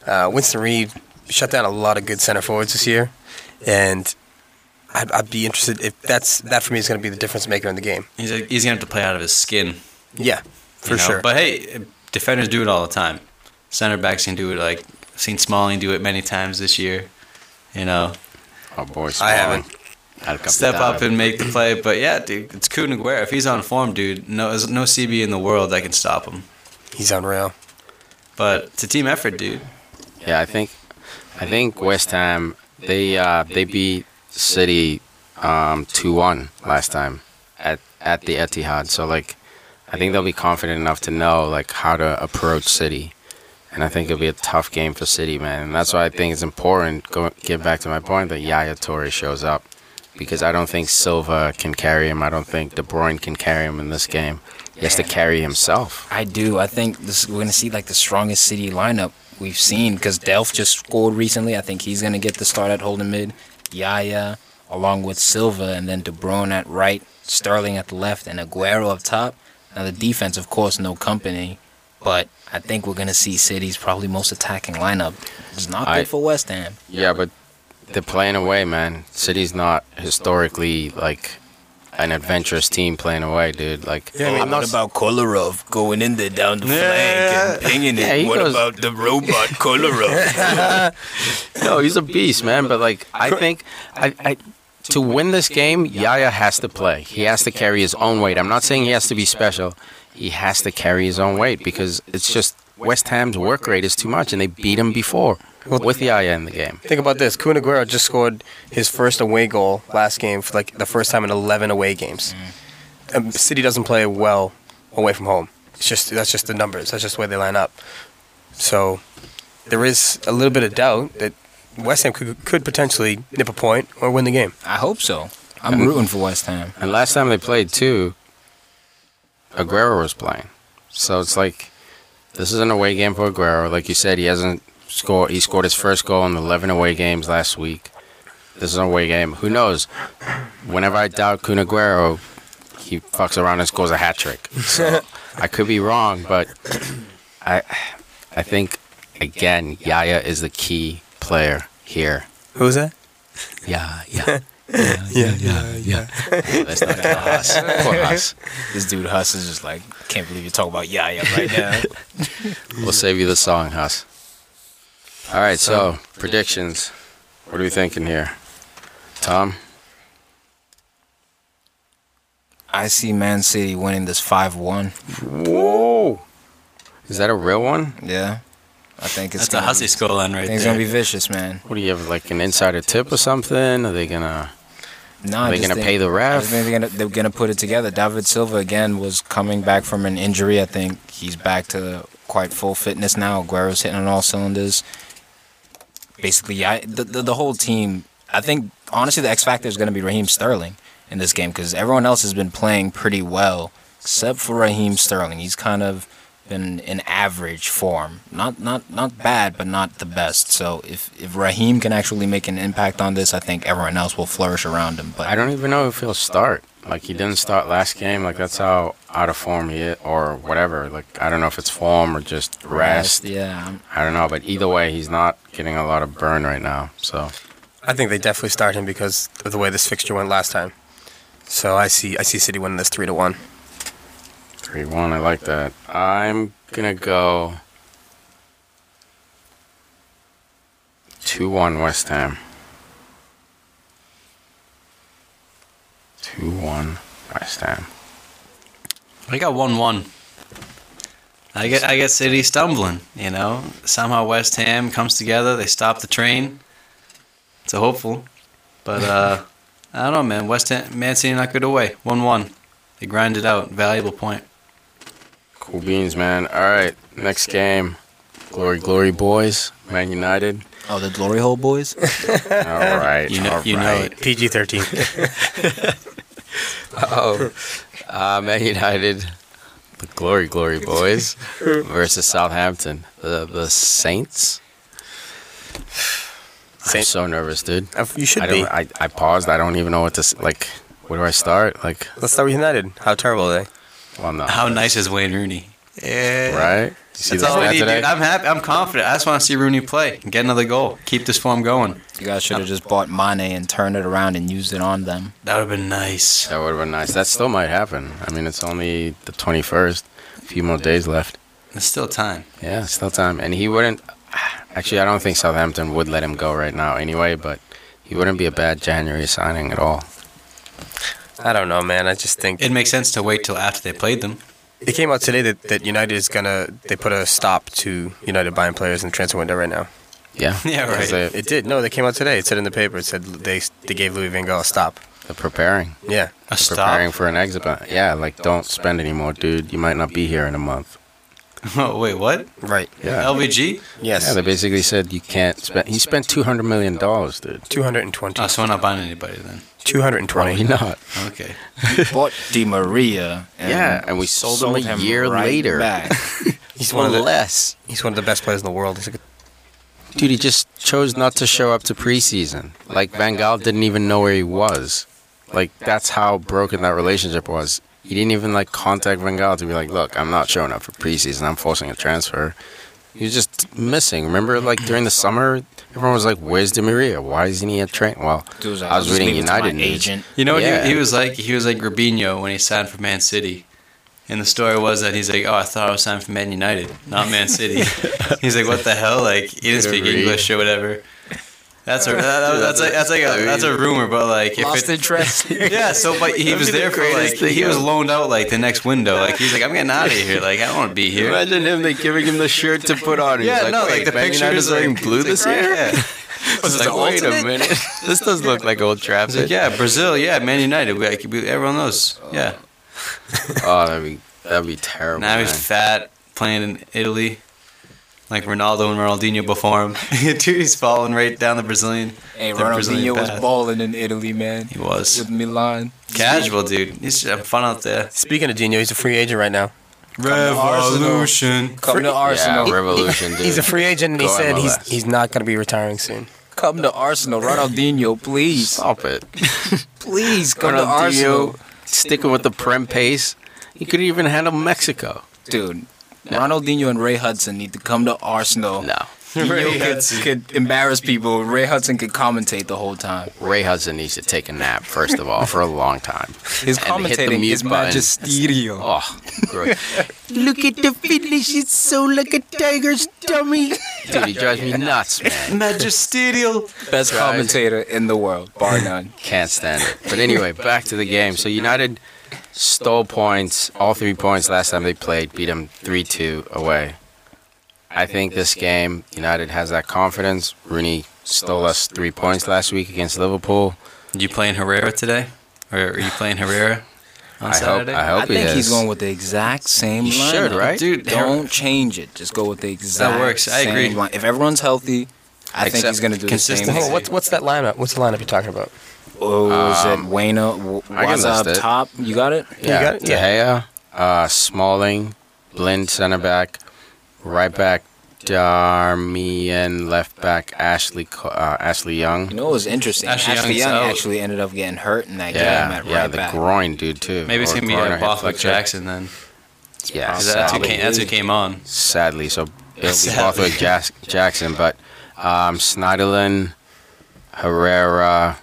Uh, Winston Reed shut down a lot of good center forwards this year, and I'd, I'd be interested if that's that for me is going to be the difference maker in the game.
he's, he's gonna have to play out of his skin.
Yeah,
you
for
know?
sure.
But hey, defenders do it all the time. Center backs can do it. Like I've seen Smalling do it many times this year. You know,
Oh boy,
I haven't.
Smalling. Had a couple
step up
dives.
and make the play. But yeah, dude, it's Kun Aguero. If he's on form, dude, no, there's no CB in the world that can stop him.
he's unreal.
But it's a team effort, dude.
Yeah, I think, I think West Ham they uh, they beat City um, two one last time at at the Etihad. So like, I think they'll be confident enough to know like how to approach City, and I think it'll be a tough game for City, man. And that's why I think it's important. Go get back to my point that Yaya Toure shows up because I don't think Silva can carry him. I don't think De Bruyne can carry him in this game. He has to carry himself.
I do. I think this, we're going to see like the strongest City lineup we've seen because Delph just scored recently. I think he's going to get the start at holding mid. Yaya along with Silva and then De Bruyne at right, Sterling at the left, and Aguero up top. Now the defense, of course, no company, but I think we're going to see City's probably most attacking lineup. It's not
I-
good for West Ham.
Yeah, but they're playing away, man. City's not historically like an adventurous team playing away, dude. Like,
Yeah, I mean,
what about Kolarov going in there down the flank and pinging it?
Yeah, he
what
goes-
about the robot Kolarov?
no, he's a beast, man. But like, I think I, I to win this game, Yaya has to play. He has to carry his own weight. I'm not saying he has to be special. He has to carry his own weight because it's just West Ham's work rate is too much, and they beat him before with Yaya in the game.
Think about this. Kun Aguero just scored his first away goal last game for like the first time in 11 away games. Um, City doesn't play well away from home. It's just that's just the numbers. That's just the way they line up. So there is a little bit of doubt that West Ham could, could potentially nip a point or win the game.
I hope so. I'm rooting for West Ham.
And last time they played too, Aguero was playing. So it's like this is an away game for Aguero. Like you said, he hasn't scored. He scored his first goal in 11 away games last week. This is an away game. Who knows? Whenever I doubt Kun Aguero, he fucks around and scores a hat trick. So I could be wrong, but I, I think again, Yaya is the key player here.
Who's that?
Yeah, yeah.
Yeah, yeah,
That's not us. Poor us.
This dude Huss is just like, can't believe you're talking about Yaya right now.
We'll save you the song, Huss. All right, so predictions. What are we thinking here? Tom?
I see Man City winning this 5 1.
Whoa! Is that a real one?
Yeah. I think it's
That's a
gonna
hussy
be,
score line
I
right
think it's
there.
gonna be vicious, man.
What do you have, like an insider tip or something? Are they gonna?
No,
Are
I
they
just
gonna
think-
pay the
I
ref?
think they're gonna, they're gonna put it together. David Silva again was coming back from an injury. I think he's back to quite full fitness now. Aguero's hitting on all cylinders. Basically, I, the, the the whole team. I think honestly, the X factor is gonna be Raheem Sterling in this game because everyone else has been playing pretty well except for Raheem Sterling. He's kind of been in average form, not not not bad, but not the best. So if if Raheem can actually make an impact on this, I think everyone else will flourish around him. But
I don't even know if he'll start. Like he didn't start last game. Like that's how out of form he is, or whatever. Like I don't know if it's form or just rest.
Yeah, I'm-
I don't know, but either way, he's not getting a lot of burn right now. So
I think they definitely start him because of the way this fixture went last time. So I see I see City winning this three to one.
Three one, I like that. I'm gonna go two one West Ham. Two one West Ham.
I got one one. I get I get City stumbling, you know. Somehow West Ham comes together, they stop the train. It's a hopeful. But uh I don't know, man. West Ham Man City not good away. One one. They grind it out. Valuable point.
Cool beans, man. All right, next game. Glory, glory, boys. Man United.
Oh, the glory hole boys.
All right,
You know-
all
you know
right.
PG thirteen.
Uh, Man United The Glory Glory Boys versus Southampton. The the Saints. I'm
Saint-
so nervous, dude.
Uh, You should
I
be.
don't. I, I paused. I don't even know what to s- like. Where do I start? Like,
Let's start with United. How terrible are they?
well, no.
How nice is Wayne Rooney? Yeah.
Right? You see the
That's all we
stat
need,
today?
dude. I'm happy. I'm confident. I just want to see Rooney play and get another goal. Keep this form going.
You guys should have just bought Mane and turned it around and used it on them.
That would have been nice.
That would have been nice. That still might happen. I mean, it's only the 21st. A few more days left.
There's still time.
Yeah, still time. And he wouldn't. Actually, I don't think Southampton would let him go right now anyway, but he wouldn't be a bad January signing at all.
I don't know, man. I just think
It makes sense to wait till after they played them.
it came out today that, that United is gonna they put a stop to United buying players in the transfer window right now.
Yeah.
Yeah, right.
'Cause They,
It did. No, they came out today. It said in the paper. It said they they gave Louis Van Gaal a stop.
they're preparing.
Yeah.
A
Preparing
stop.
for an exit. But yeah, like, don't spend anymore, dude. You might not be here in a month.
Oh, wait, what?
Right.
Yeah.
LVG?
Yeah,
Yes.
they basically said you can't spend. He spent $200 million, dude.
Two hundred and twenty.
Oh,
Uh,
so we're not buying anybody then.
Two hundred and
Probably
twenty.
not.
Okay.
Bought Di Maria. And
Yeah, and we sold him a year later.
back.
He's
Or
one of the
less.
he's one of the best players in the world. He's like
Dude, he just chose not to show up to preseason. Like Van Gaal didn't even know where he was. Like that's how broken that relationship was. He didn't even like contact Van Gaal to be like, "Look, I'm not showing up for preseason. I'm forcing a transfer." He was just missing. Remember, like during the summer, everyone was like, "Where's Di Maria? Why isn't he at train?" Well,
Dude,
I was
just
reading
leave it to my
United news.
agent.
You know what
Yeah.
he, he was like? He was like Rubinho when he signed for Man City. And the story was that he's like, oh, I thought I was signed for Man United, not Man City. he's like, what the hell? Like, he didn't speak
Read.
English or whatever. That's a that- that's like that's like a that's a rumor, but like if
Lost
it-
interest.
yeah, so but he was there for like he was loaned out like the next window. Like he's like, I'm getting out of here. Like I don't want to be here.
Imagine him like giving him the shirt to put on.
Yeah, no, like the picture is
wearing
like-
blue
it's
this
like,
year.
Yeah.
It's
It's
like,
like,
wait a minute, this does look like Old
It's like,
Trafford.
yeah, Brazil, yeah, Man United. We, like, we, everyone knows. Yeah.
Oh, that'd be that'd be terrible.
Now he's
man.
fat, playing in Italy, like Ronaldo and Ronaldinho before him. Dude, he's falling right down the Brazilian.
Hey,
The Brazilian
Ronaldinho was
path.
balling in Italy, man.
He was
With Milan.
casual, dude. He's just having fun out there.
speaking of Dino, he's a free agent right now.
Revolution. Come to Arsenal.
Yeah, revolution, dude.
He's a free agent, and he
Go
said
MLS.
he's he's not going to be retiring soon.
Come to Arsenal. Ronaldinho, please.
Stop it.
Please come to
Ronaldinho
Arsenal.
sticking with the prem pace. He couldn't even handle Mexico.
Dude, Ronaldinho and Ray Hudson need to come to Arsenal.
No.
Ronaldinho
Ray
could-
Hudson.
could embarrass people. Ray Hudson could commentate the whole time.
Ray Hudson needs to take a nap, first of all, for a long time.
His
And hit the
commentating
mute
is
button.
magisterial.
Oh, gross.
Look at the finish, it's so like a tiger's dummy.
Dude, he drives me nuts, man.
Magisterial.
Best
Right.
commentator in the world, bar none.
Can't stand it. But anyway, back to the game. So United stole points, all three points last time they played, beat them 3 2 away. I think this game, United has that confidence. Rooney stole us three points last week against Liverpool.
You playing Herrera today, or are you playing Herrera on
I hope,
Saturday?
I hope
I think
he
he's
is.
going with the exact same
He
line.
should, right?
Dude,
Dude,
don't change it. Just go with the exact
works. I
same
agree.
line. If everyone's healthy, I think
Except
he's going to do the same
consistency.
thing.
Whoa, what's what's that lineup? What's the lineup you're talking about?
Oh, is it
Um,
Wayna? W-
I can
Waza up
list it.
top? You got it?
Yeah,
got it?
De Gea, uh, Smalling, Blind center back, right back, Darmian left back, Ashley Co- uh, Ashley
You
Young.
know, it was interesting.
Ashley
Ashley,
Young's
Young
out.
actually ended up getting hurt in that game
Yeah,
at
yeah,
right
the
back.
groin dude too.
Maybe it's
Or
gonna be
groin or
a
hip
Bothwick
flexor.
Jackson then.
Yeah,
'Cause That's who,
sadly.
came, that's who came on.
sadly, so it'll be
Sadly.
Bothwick Jas- Jackson, but um, Snyderlin, Herrera,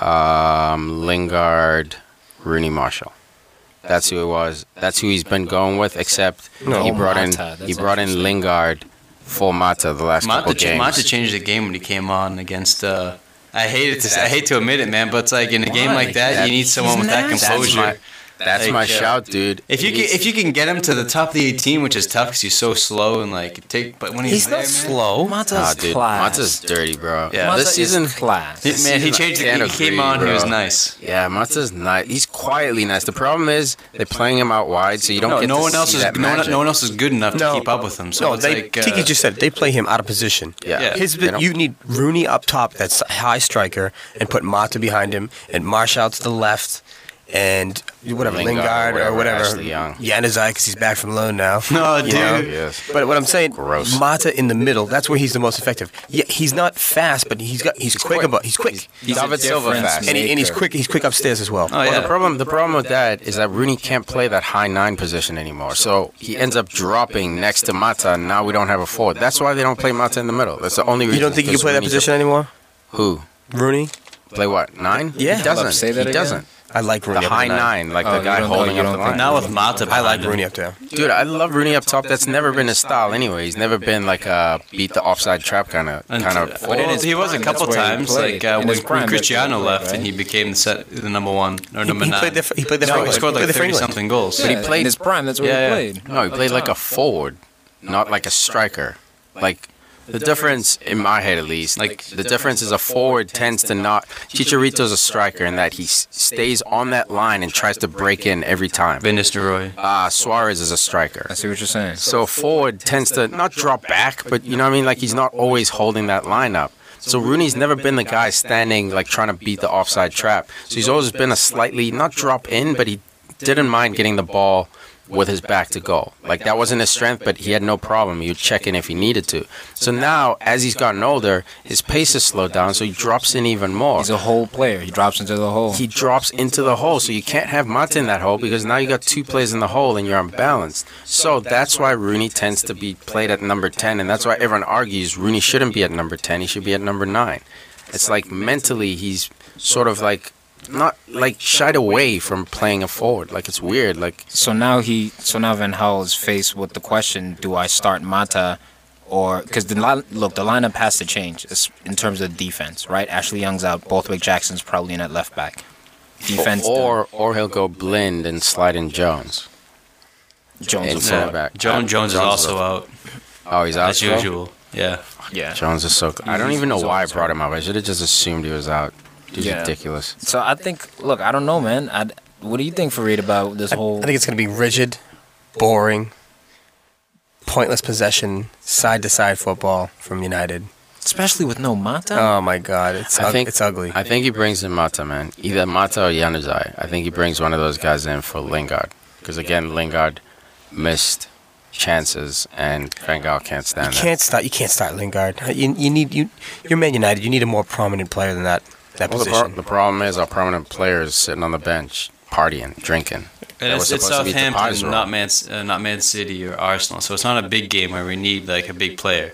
um, Lingard, Rooney Marshall. That's who it was. That's who he's been going with. Except
No.
he brought in
Mata, that's
he brought in
interesting.
Lingard for Mata the last couple
Mata, cha-
games.
Mata changed the game when he came on against. Uh, I hate it. To, I hate to admit it, man, but it's like in a game like that, you need someone with that
That's my,
composure.
that's
Like,
my
uh,
shout, dude.
If you can, if you can get him to the top of the 18, which is tough because he's so slow and like take. But when he's,
He's
there,
not
man,
slow.
Mata's
Nah, dude,
class.
Mata's dirty, bro.
Yeah.
Mata
this
is
season,
class.
He- man, he
This
changed.
season, I
The, he
can't
came
agree,
on. He was
bro.
nice.
Yeah, Mata's nice. He's quietly nice. The problem is they're playing him out wide, so you don't
No,
get
no
to
one else
see
is.
that
No one,
magic.
no one else is good enough
No.
to keep up with him. So
No,
it's
they
like, uh,
Tiki just said they play him out of position.
Yeah.
Yeah.
His,
They don't-
you need Rooney up top, that's a high striker, and put Mata behind him, and Marsh out to the left, and whatever
Lingard,
Lingard,
whatever,
or whatever
Ashley Young.
Yanazai because he's back from loan now.
No,
You
dude.
know?
Yes.
But what I'm saying,
Gross.
Mata in the middle, that's where he's the most effective. Yeah, he's not fast, but he's got he's quick, about he's quick.
He's David Silva
difference
fast.
and, he, and he's quick he's quick upstairs as well.
Oh
Well,
yeah.
the problem the problem with that is that Rooney can't play that high nine position anymore. So he ends up dropping next to Mata, and now we don't have a forward. That's why they don't play Mata in the middle. That's the only reason.
You don't think he can
because
play that
Rooney's a-
position anymore?
Who
Rooney?
play what nine?
Yeah.
he doesn't.
Say that
he
again.
doesn't.
I like
The
Rooney. up
high
there.
nine, like
Oh,
the
you
guy
don't know-
holding
you
up the
don't think-
line.
Not with Mata.
I like
behind him.
Rooney up there.
Dude, I love Rooney up top. That's never been his style anyway. He's never been like a beat the offside trap kind of
And-
kind of.
well,
his
he was a
prime,
couple
that's where he
times,
played.
like uh,
In
when,
his prime,
when
that's where he
Cristiano
played,
left,
right?
and he became the, set, the number one or
He,
number
he
nine.
played there. For, he played there.
no,
for
he
England.
scored like
He played there for
thirty
England.
something goals.
Yeah,
he played-
in his prime. That's where
Yeah, yeah.
he played.
No, he played like a forward, not like a striker. Like the difference in my head, at least, like the difference is a forward tends to not. Chicharito's a striker in that he s- stays on that line and tries to break in every time.
Van Nistelrooy.
Uh, Suarez is a striker.
I see what you're saying.
So forward tends to not drop back, but you know what I mean. Like he's not always holding that line up. So Rooney's never been the guy standing like trying to beat the offside trap. So he's always been a slightly not drop in, but he didn't mind getting the ball with his back to goal. Like that wasn't his strength, but he had no problem. He would check in if he needed to. So now, as he's gotten older, his pace has slowed down, so he drops in even more
He's a whole player. He drops into the hole.
he drops into the hole. So you can't have Mata in that hole because now you got two players in the hole and you're unbalanced. So that's why Rooney tends to be played at number 10. And that's why everyone argues Rooney shouldn't be at number 10. He should be at number 9. It's like mentally, he's sort of like not like shied away from playing a forward. Like it's weird. Like
So now he, so now Van Hal is faced with the question: Do I start Mata, or because the line, look the lineup has to change it's- in terms of defense, right? Ashley Young's out. Bothwick Jackson's probably in at left back. Defense
or or he'll go blend and slide in Jones.
Jones.
and
is
center
out.
back.
John Jones is also out
Oh, he's out
as
still?
usual. Yeah.
Yeah.
Jones is so. I don't even know why I brought him up. I should have just assumed he was out. Dude's
Yeah.
ridiculous.
So I think, look, I don't know, man. i what do you think, Farid, about this whole?
I think it's going to be rigid, boring, pointless possession, side to side football from United.
especially with no Mata.
Oh my God, it's
I
ug-
think
it's ugly.
I think he brings in Mata, man. Either Mata or Yanuzai. I think he brings one of those guys in for Lingard, because again, Lingard missed chances, and Van Gaal can't
you
stand that.
can't start. You can't start Lingard. Uh, You, you need you. You're Man United. You need a more prominent player than that. That
Well, the, pro-
position.
the problem is our prominent players sitting on the bench, partying, drinking. That
And it's,
was
it's
supposed to be Depay's
Southampton,
role.
not Man, uh, not Man City or Arsenal. So it's not a big game where we need like a big player.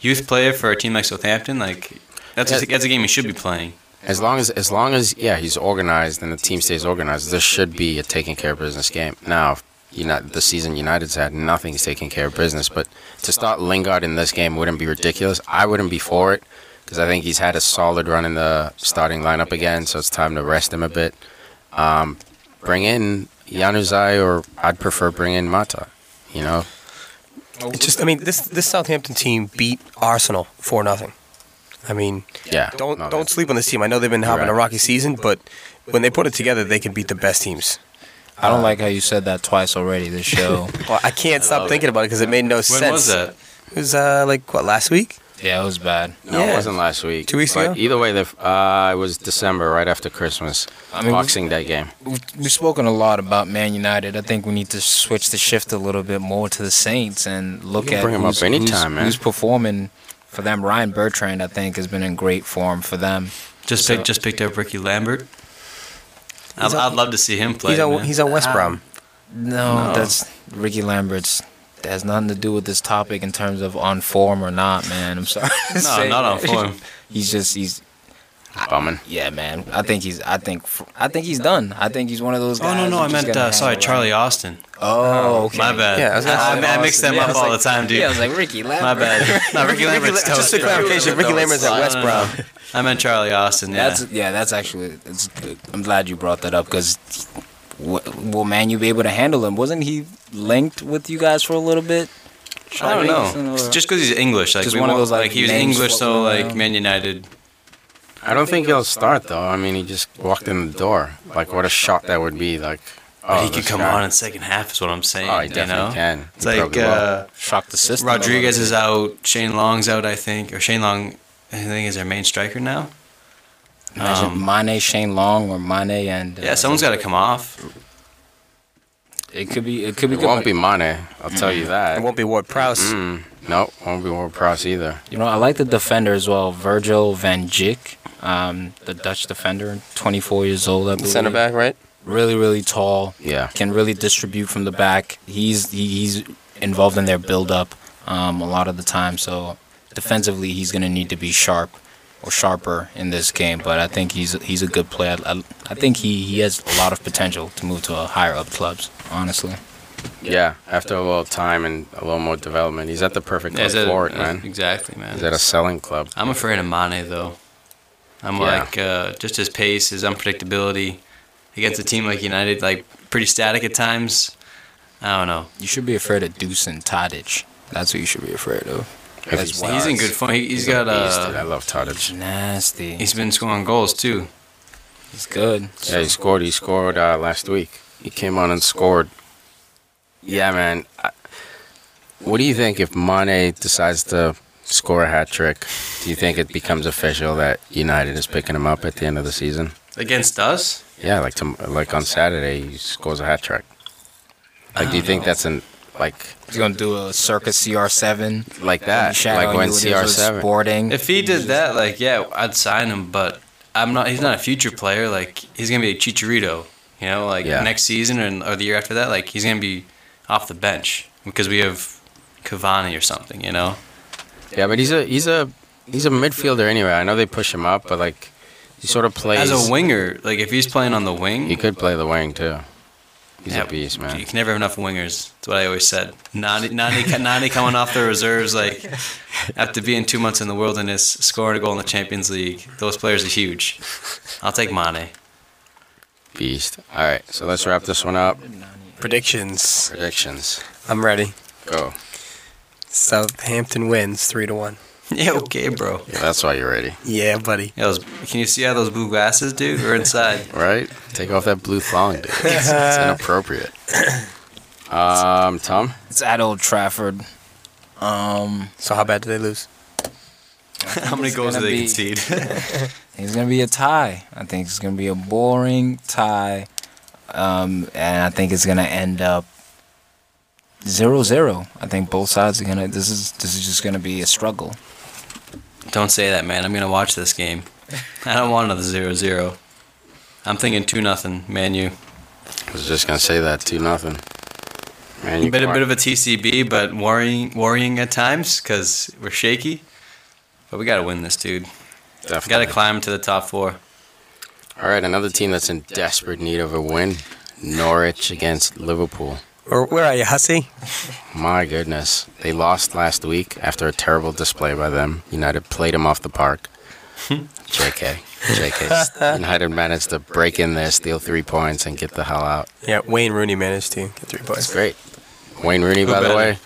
Youth player for a team like Southampton, like that's a, that's a game you should be playing.
As long as, as long as, yeah, he's organized and the team stays organized, there should be a taking care of business game. Now, you know, the season United's had, nothing's taking care of business. But to start Lingard in this game wouldn't be ridiculous. I wouldn't be for it because I think he's had a solid run in the starting lineup again, so it's time to rest him a bit. Um, bring in Yanuzai, or I'd prefer bring in Mata. You know,
It's just I mean this this Southampton team beat Arsenal for nothing. I mean,
yeah.
don't
no,
don't sleep on this team. I know they've been having a
Right.
rocky season, but when they put it together, they can beat the best teams.
I don't like how you said that twice already. This show.
Well, I can't stop thinking about it because it made no
When was
sense.
that?
It was uh, like what last week?
yeah, it was bad.
No,
Yeah.
it wasn't last week.
Two weeks
but
ago?
Either way, the, f- uh, it was December, right after Christmas,
I mean,
Boxing Day game.
We've, we've spoken a lot about Man United. I think we need to switch the shift a little bit more to the Saints and look
can
at
bring 'em up
who's, who's,
anytime, man.
who's performing for them. Ryan Bertrand, I think, has been in great form for them.
Just picked just picked up Ricky Lambert. I'd,
He's on-
I'd love to see him play.
He's on
man.
he's on West Brom.
No,
No.
that's Ricky Lambert's. That has nothing to do with this topic in terms of on form or not, man. I'm sorry. to
no,
say
not on
that.
form.
He's just he's
Bumming.
yeah, man. I think he's I think I think he's done. I think he's one of those guys.
Oh no, no, I
that's just
meant
gonna
uh, sorry,
hang
Charlie Austin.
around. Oh, okay.
My bad.
Yeah, I was gonna
I,
say
I, mixed them
Yeah, I
up
was
all
like-
the time, dude.
Yeah, I was like Ricky Lambert.
My bad. No, Ricky Lambert's toast.
Just a clarification: Ricky Lambert's at West
No, no, no.
Brom.
I meant Charlie Austin. Yeah.
That's yeah. That's actually. It's good. I'm glad you brought that up because will man you be able to handle him? Wasn't he linked with you guys for a little bit?
I don't know.
Charlie?
Just because he's English, like
Just
we
one of
want-
those, like,
he was
names
English, so
floating
like
around.
Man United.
I don't think he'll start though. I mean, he just walked in the door. Like, what a shot that would be! Like,
Oh,
oh,
he could
this
come
guy.
on in second half. Is what I'm saying.
Oh, he
you
definitely
know?
can. He
It's like
probably will.
uh,
shock the system. a little
Rodriguez
bit.
is out. Shane Long's out, I think, or Shane Long, I think, is um, our main striker now.
Imagine Mane, Shane Long, or Mane and uh,
Yeah, someone's got to come off.
It could be. It could be.
It
good,
won't
but,
be Mane. I'll tell you
It
that.
won't be Ward Prowse.
Mm, no, won't be Ward Prowse either.
You know, I like the defender as well, Virgil van Dijk, um, the Dutch defender, 24 years old. I believe.
Center back, right?
Really, really tall.
Yeah.
Can really distribute from the back. He's he, he's involved in their build up um, a lot of the time. So defensively, he's going to need to be sharp or sharper in this game. But I think he's he's a good player. I, I think he, he has a lot of potential to move to a higher up clubs. Honestly,
Yeah. After a little time and a little more development, he's at the perfect club
Yeah, is that-
for it,
uh,
man.
Exactly, man.
He's at a selling club.
I'm afraid of Mane though. I'm
Yeah.
like uh, just his pace, his unpredictability against a team like United, like pretty static at times. I don't know.
you should be afraid of Dusan Tadic. That's what you should be afraid of.
If
That's
he
wild.
He's in
starts,
good form. He,
he's
he's got
a beast, dude.
uh,
I love Tadic.
Nasty.
he's been scoring goals too.
He's good.
Yeah, he scored. He scored uh, last week. He came on and scored. Yeah, man. I, what do you think if Mane decides to score a hat trick? Do you think it becomes official that United is picking him up at the end of the season?
Against us,
Yeah, like tom like on Saturday, he scores a hat trick. Like, do you think that's an like
He's gonna do a circus CR7.
like that? Like when CR seven?
Sporting.
if he did that, like yeah, I'd sign him. But I'm not. He's not a future player. Like he's gonna be a Chicharito. You know, like
Yeah.
next season and or the year after that, like he's gonna be off the bench because we have Cavani or something. You know.
Yeah, but he's a he's a he's a midfielder anyway. I know they push him up, but like he sort of plays
As a winger, like if he's playing on the wing,
He could play the wing too. He's
Yeah,
a beast, man.
You can never have enough wingers. That's what I always said. Nani, Nani, Nani coming off the reserves, like after being two months in the wilderness, scoring a goal in the Champions League. Those players are huge. I'll take Mane.
Beast. All right, so let's wrap this one up.
Predictions.
Predictions.
I'm ready.
Go.
Southampton wins three to one.
Yeah, okay, bro.
Yeah, that's why you're ready,
Yeah, buddy.
Yeah, those, can you see how those blue glasses, dude? We're inside.
right? Take off that blue thong, dude. It's, it's inappropriate. Um, Tom.
It's at Old Trafford. Um,
So how bad did they lose?
How many
It's
goals do
gonna
they
be-
concede?
it's gonna be a tie. I think it's gonna be a boring tie. Um, and I think it's gonna end up zero zero. I think both sides are gonna. This is this is just gonna be a struggle.
don't say that, man. I'm gonna watch this game. I don't want another 0-0. I'm thinking two nothing, man. You.
I was just gonna say that two nothing. Man, you
bit a
can't-
bit of a TCB, but worrying worrying at times because we're shaky. But we gotta win this, dude.
definitely.
Got to climb to the top four.
All right, another team that's in desperate need of a win. Norwich against Liverpool.
Or where are you, hussy?
My goodness. They lost last week after a terrible display by them. United played them off the park. JK. JK. United managed to break in there, steal three points, and get the hell out.
Yeah, Wayne Rooney managed to get three
It's
points.
great. Wayne Rooney,
Who
by the
better?
way,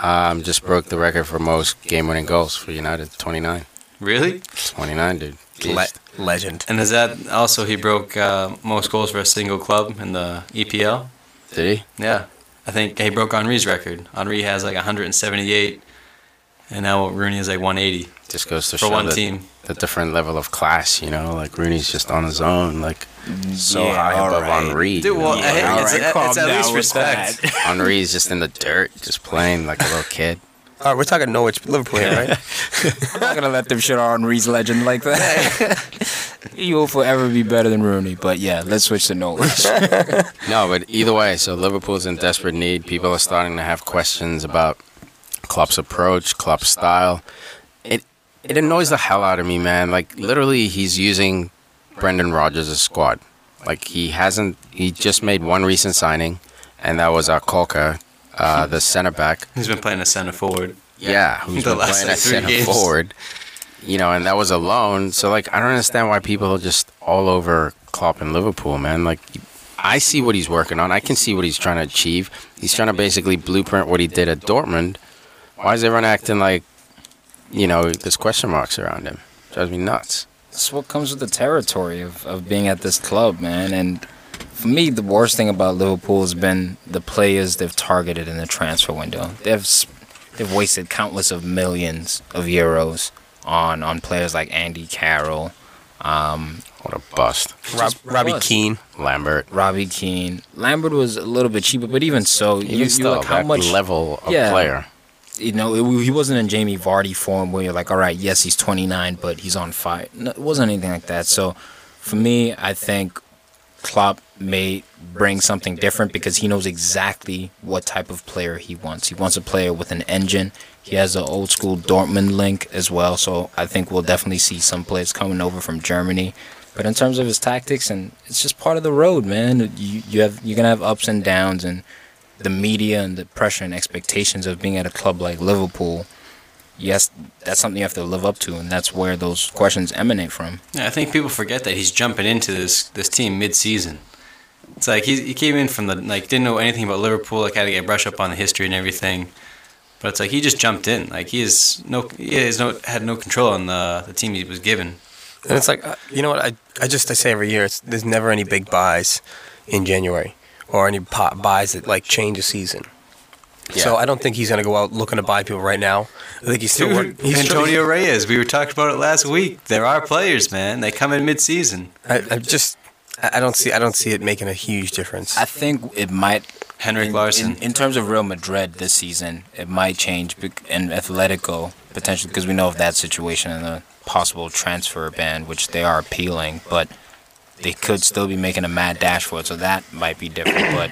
um, just broke the record for most game winning goals for United 29.
Really?
29, dude.
Le-
Beast.
legend.
And is that also he broke uh, most goals for a single club in the EPL?
Did he?
Yeah, I think he broke Henri's record. Henri has like 178, and now Rooney is like 180
Just goes to
for
show
one
the,
team.
the different level of class, you know? Like, Rooney's just on his own, like, so
Yeah,
high above
alright.
Henri.
Dude,
you
well,
know?
hey,
Henri-
it's, it's
calm
at
down
least
with
respect.
Henri's just in the dirt, just playing like a little kid.
All right, we're talking Norwich, Liverpool here, right?
I'm not gonna let them shit on Henry's legend like that. he will forever be better than Rooney. But yeah, let's switch to Norwich.
No, but either way, so Liverpool's in desperate need. People are starting to have questions about Klopp's approach, Klopp's style. It it annoys the hell out of me, man. Like literally, he's using Brendan Rodgers' squad. Like he hasn't. He just made one recent signing, and that was our Kolka, uh, the center back.
He's been playing a center forward.
Yeah, who's
The
been
last,
playing
like,
at
three
center
games.
forward. You know, and that was a loan. So like, I don't understand why people are just all over Klopp and Liverpool, man. Like, I see what he's working on. I can see what he's trying to achieve. He's trying to basically blueprint what he did at Dortmund. Why is everyone acting like, you know, there's question marks around him? Drives me nuts.
That's what comes with the territory of, of being at this club, man. And for me, the worst thing about Liverpool has been the players they've targeted in the transfer window. They've s- they've wasted countless of millions of euros on on players like Andy Carroll, Um,
What a bust.
Rob, Robbie
bust.
Keane.
Lambert.
Robbie Keane, Lambert was a little bit cheaper, but even so,
Even
you, you
still,
like how
that
much
level of
Yeah.
player.
you know, it, he wasn't in Jamie Vardy form where you're like, all right, yes, he's 29, but he's on fire. No, it wasn't anything like that. So for me, I think Klopp may bring something different because he knows exactly what type of player he wants. He wants a player with an engine. He has the old school Dortmund link as well. So I think we'll definitely see some players coming over from Germany. But in terms of his tactics, and it's just part of the road, man. You, you have you're gonna have ups and downs, and the media and the pressure and expectations of being at a club like Liverpool, yes, that's something you have to live up to, and that's where those questions emanate from.
Yeah, I think people forget that he's jumping into this this team mid-season. It's like he, he came in from the like didn't know anything about Liverpool. Like had to get brush up on the history and everything. But it's like he just jumped in. Like he is no he is no had no control on the the team he was given.
And it's like, uh, you know what? I, I just I say every year, it's, there's never any big buys in January or any pot buys that like change a season. So I don't think he's going to go out looking to buy people right now. I think he's still working.
Dude,
He's
Antonio Reyes. We were talking about it last week. There are players, man. They come in mid-season.
I, I just I I don't see I don't see it making a huge difference.
I think it might,
Henrik
in,
Larsson.
in, in terms of Real Madrid this season, it might change, bec- and Atletico potentially because we know of that situation and the possible transfer ban, which they are appealing, but they could still be making a mad dash for it, so that might be different, but.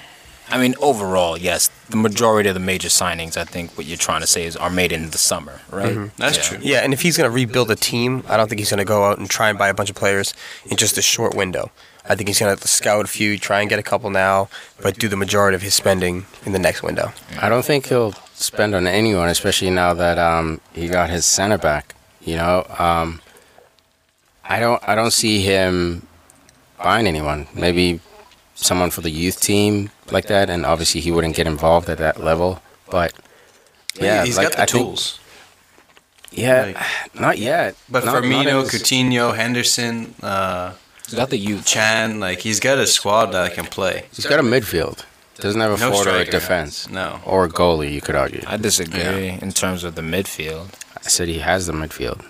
I mean, overall, yes. The majority of the major signings, I think, what you're trying to say is, are made in the summer, right?
That's
Yeah.
true.
yeah, and if he's going to rebuild a team, I don't think he's going to go out and try and buy a bunch of players in just a short window. I think he's going to scout a few, try and get a couple now, but do the majority of his spending in the next window.
I don't think he'll spend on anyone, especially now that um, he got his center back. You know, um, I don't. I don't see him buying anyone. Maybe someone for the youth team like that, and obviously he wouldn't get involved at that level. But yeah,
he's
like,
got the
I think-
tools.
yeah, not yet.
But
Not- not in
Firmino,
this-
Coutinho, Henderson, uh,
He's got the youth.
Chan, like he's got a squad that can play.
He's got a midfield. Doesn't have a
No
forward or a
striker.
defense.
No.
Or a goalie, you could argue.
I disagree
Yeah.
in terms of the midfield.
I said he has the midfield.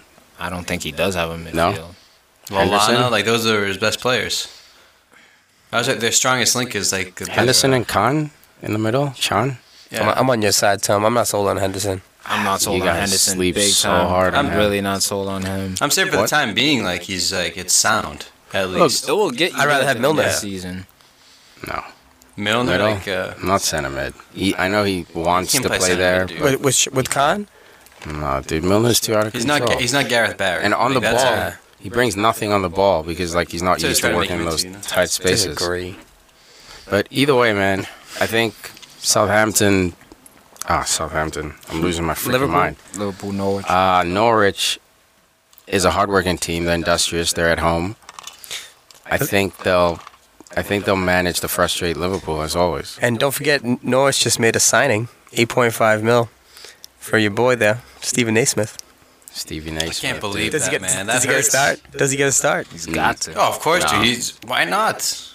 I don't think he does have a midfield.
Lallana,
Henderson?
like those are his best players. I was like, their strongest link is like the-
Henderson and Khan in the middle. Sean.
Yeah.
I'm, I'm on your side, Tom. I'm not sold on Henderson.
I'm not sold
You
on
guys
Henderson.
sleep
big
so
time.
hard on
I'm
him.
really not sold on him.
I'm saying for
What?
the time being, like he's like it's sound at
Look,
least.
it will get you
I'd rather
guys
have
at the end of
Milner.
the season.
No.
Milner,
Middle?
like uh,
Not center mid. He, I know he wants
He can
to
play
play
center
there.
mid,
With with, with Khan,
No, dude, Milner's too out of
he's
control.
not he's not Gareth Barry.
and on the
Like,
ball,
that's
he brings nothing on the ball because like he's not
So he's
used to
trying to
working
make
in those
moves, you know?
tight spaces.
disagree.
But either way, man, I think Southampton. Ah, Southampton. I'm losing my freaking
Liverpool?
mind.
Liverpool, Norwich.
Uh, Norwich is a hardworking team. They're industrious. They're at home. I think they'll. I think they'll manage to frustrate Liverpool as always.
And don't forget, N- Norris just made a signing, 8.5 mil, for your boy there, Stephen Naismith.
Stevie Naismith.
can't
dude.
believe
Does he
That
get
man, that
does he get a
hurts.
start? Does he get a start?
he's got to.
oh, of course,
No.
dude. He's why not?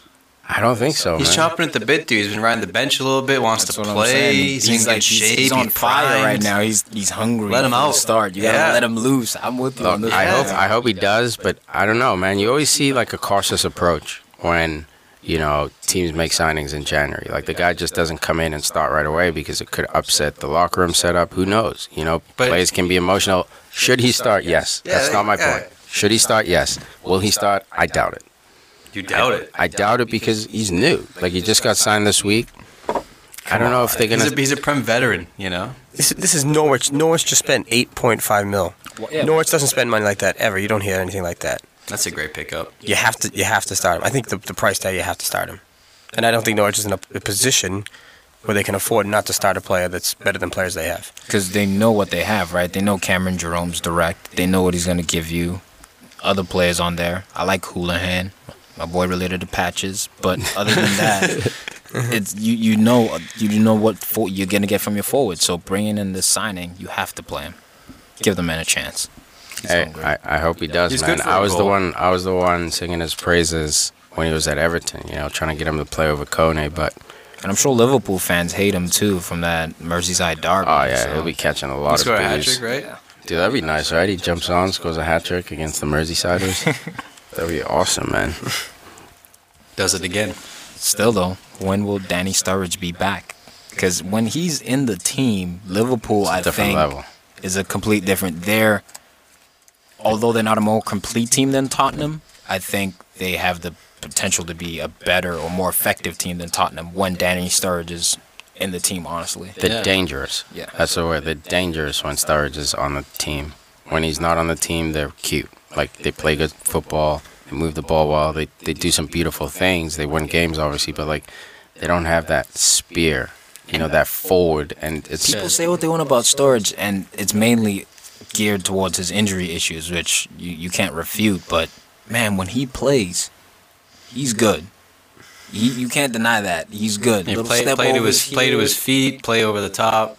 I don't think so.
He's
man.
chopping at the bit, dude. He's been riding the bench a little bit. Wants
That's
to
what
play.
I'm saying.
He's, in good
he's,
shape.
he's on
he
fire right
primed.
now. He's he's hungry.
Let him
from the
out.
Start. You gotta
Yeah.
let him loose. I'm with you on
Look,
this.
I
one.
hope I hope he does, but I don't know, man. You always see like a cautious approach when you know teams make signings in January. Like the guy just doesn't come in and start right away because it could upset the locker room setup. Who knows? You know,
But-
players can be emotional. Should he start? Yes.
Yeah,
That's not my
yeah.
point. Should he start? Yes. Will he start? I doubt it.
You doubt it.
I doubt it because he's new. Like he just got signed this week. I don't know if they're
He's a,
gonna.
he's a prem veteran, you know.
This, this is Norwich. Norwich just spent 8.5 mil.
yeah.
Norwich doesn't spend money like that ever. You don't hear anything like that.
That's a great pickup.
You have to you have to start him. I think the, the price tag you have to start him. And I don't think Norwich is in a, a position where they can afford not to start a player that's better than players they have.
because they know what they have, right? They know Cameron Jerome's direct. They know what he's gonna give you. Other players on there, I like Houlihan, my boy related to Patches, but other than that, it's you you know you know what for, you're gonna get from your forward. So bringing in this signing, you have to play him. Give the man a chance. He's
Hey,
hungry.
I, I hope he does,
He's
man.
good for
I
a
was the
goal.
one I was the one singing his praises when he was at Everton, you know, trying to get him to play over Kone, but
and I'm sure Liverpool fans hate him too from that Merseyside derby.
oh yeah,
so-
he'll be catching a
He
lot
scored a
of
hat
bees.
trick, right?
Dude, that'd be nice, right? He jumps on, scores a hat trick against the Merseysiders. That'd be awesome, man.
Does it again.
Still though, when will Danny Sturridge be back? Because when he's in the team, Liverpool, I
different
think,
level.
is a complete different. They're although they're not a more complete team than Tottenham, I think they have the potential to be a better or more effective team than Tottenham when Danny Sturridge is in the team. Honestly,
They're
Yeah.
dangerous.
Yeah.
That's the word. They're dangerous when Sturridge is on the team. When he's not on the team, they're cute. Like they play good football. They move the ball well. They they do some beautiful things. They win games, obviously, but like they don't have that spear. You know that forward, and it's
people say what they want about Sturridge, and it's mainly geared towards his injury issues, which you, you can't refute. But man, when he plays, he's good. He, you can't deny that he's good.
You
Little
play
step
play to
overs
his play to
here.
his feet, play over the top.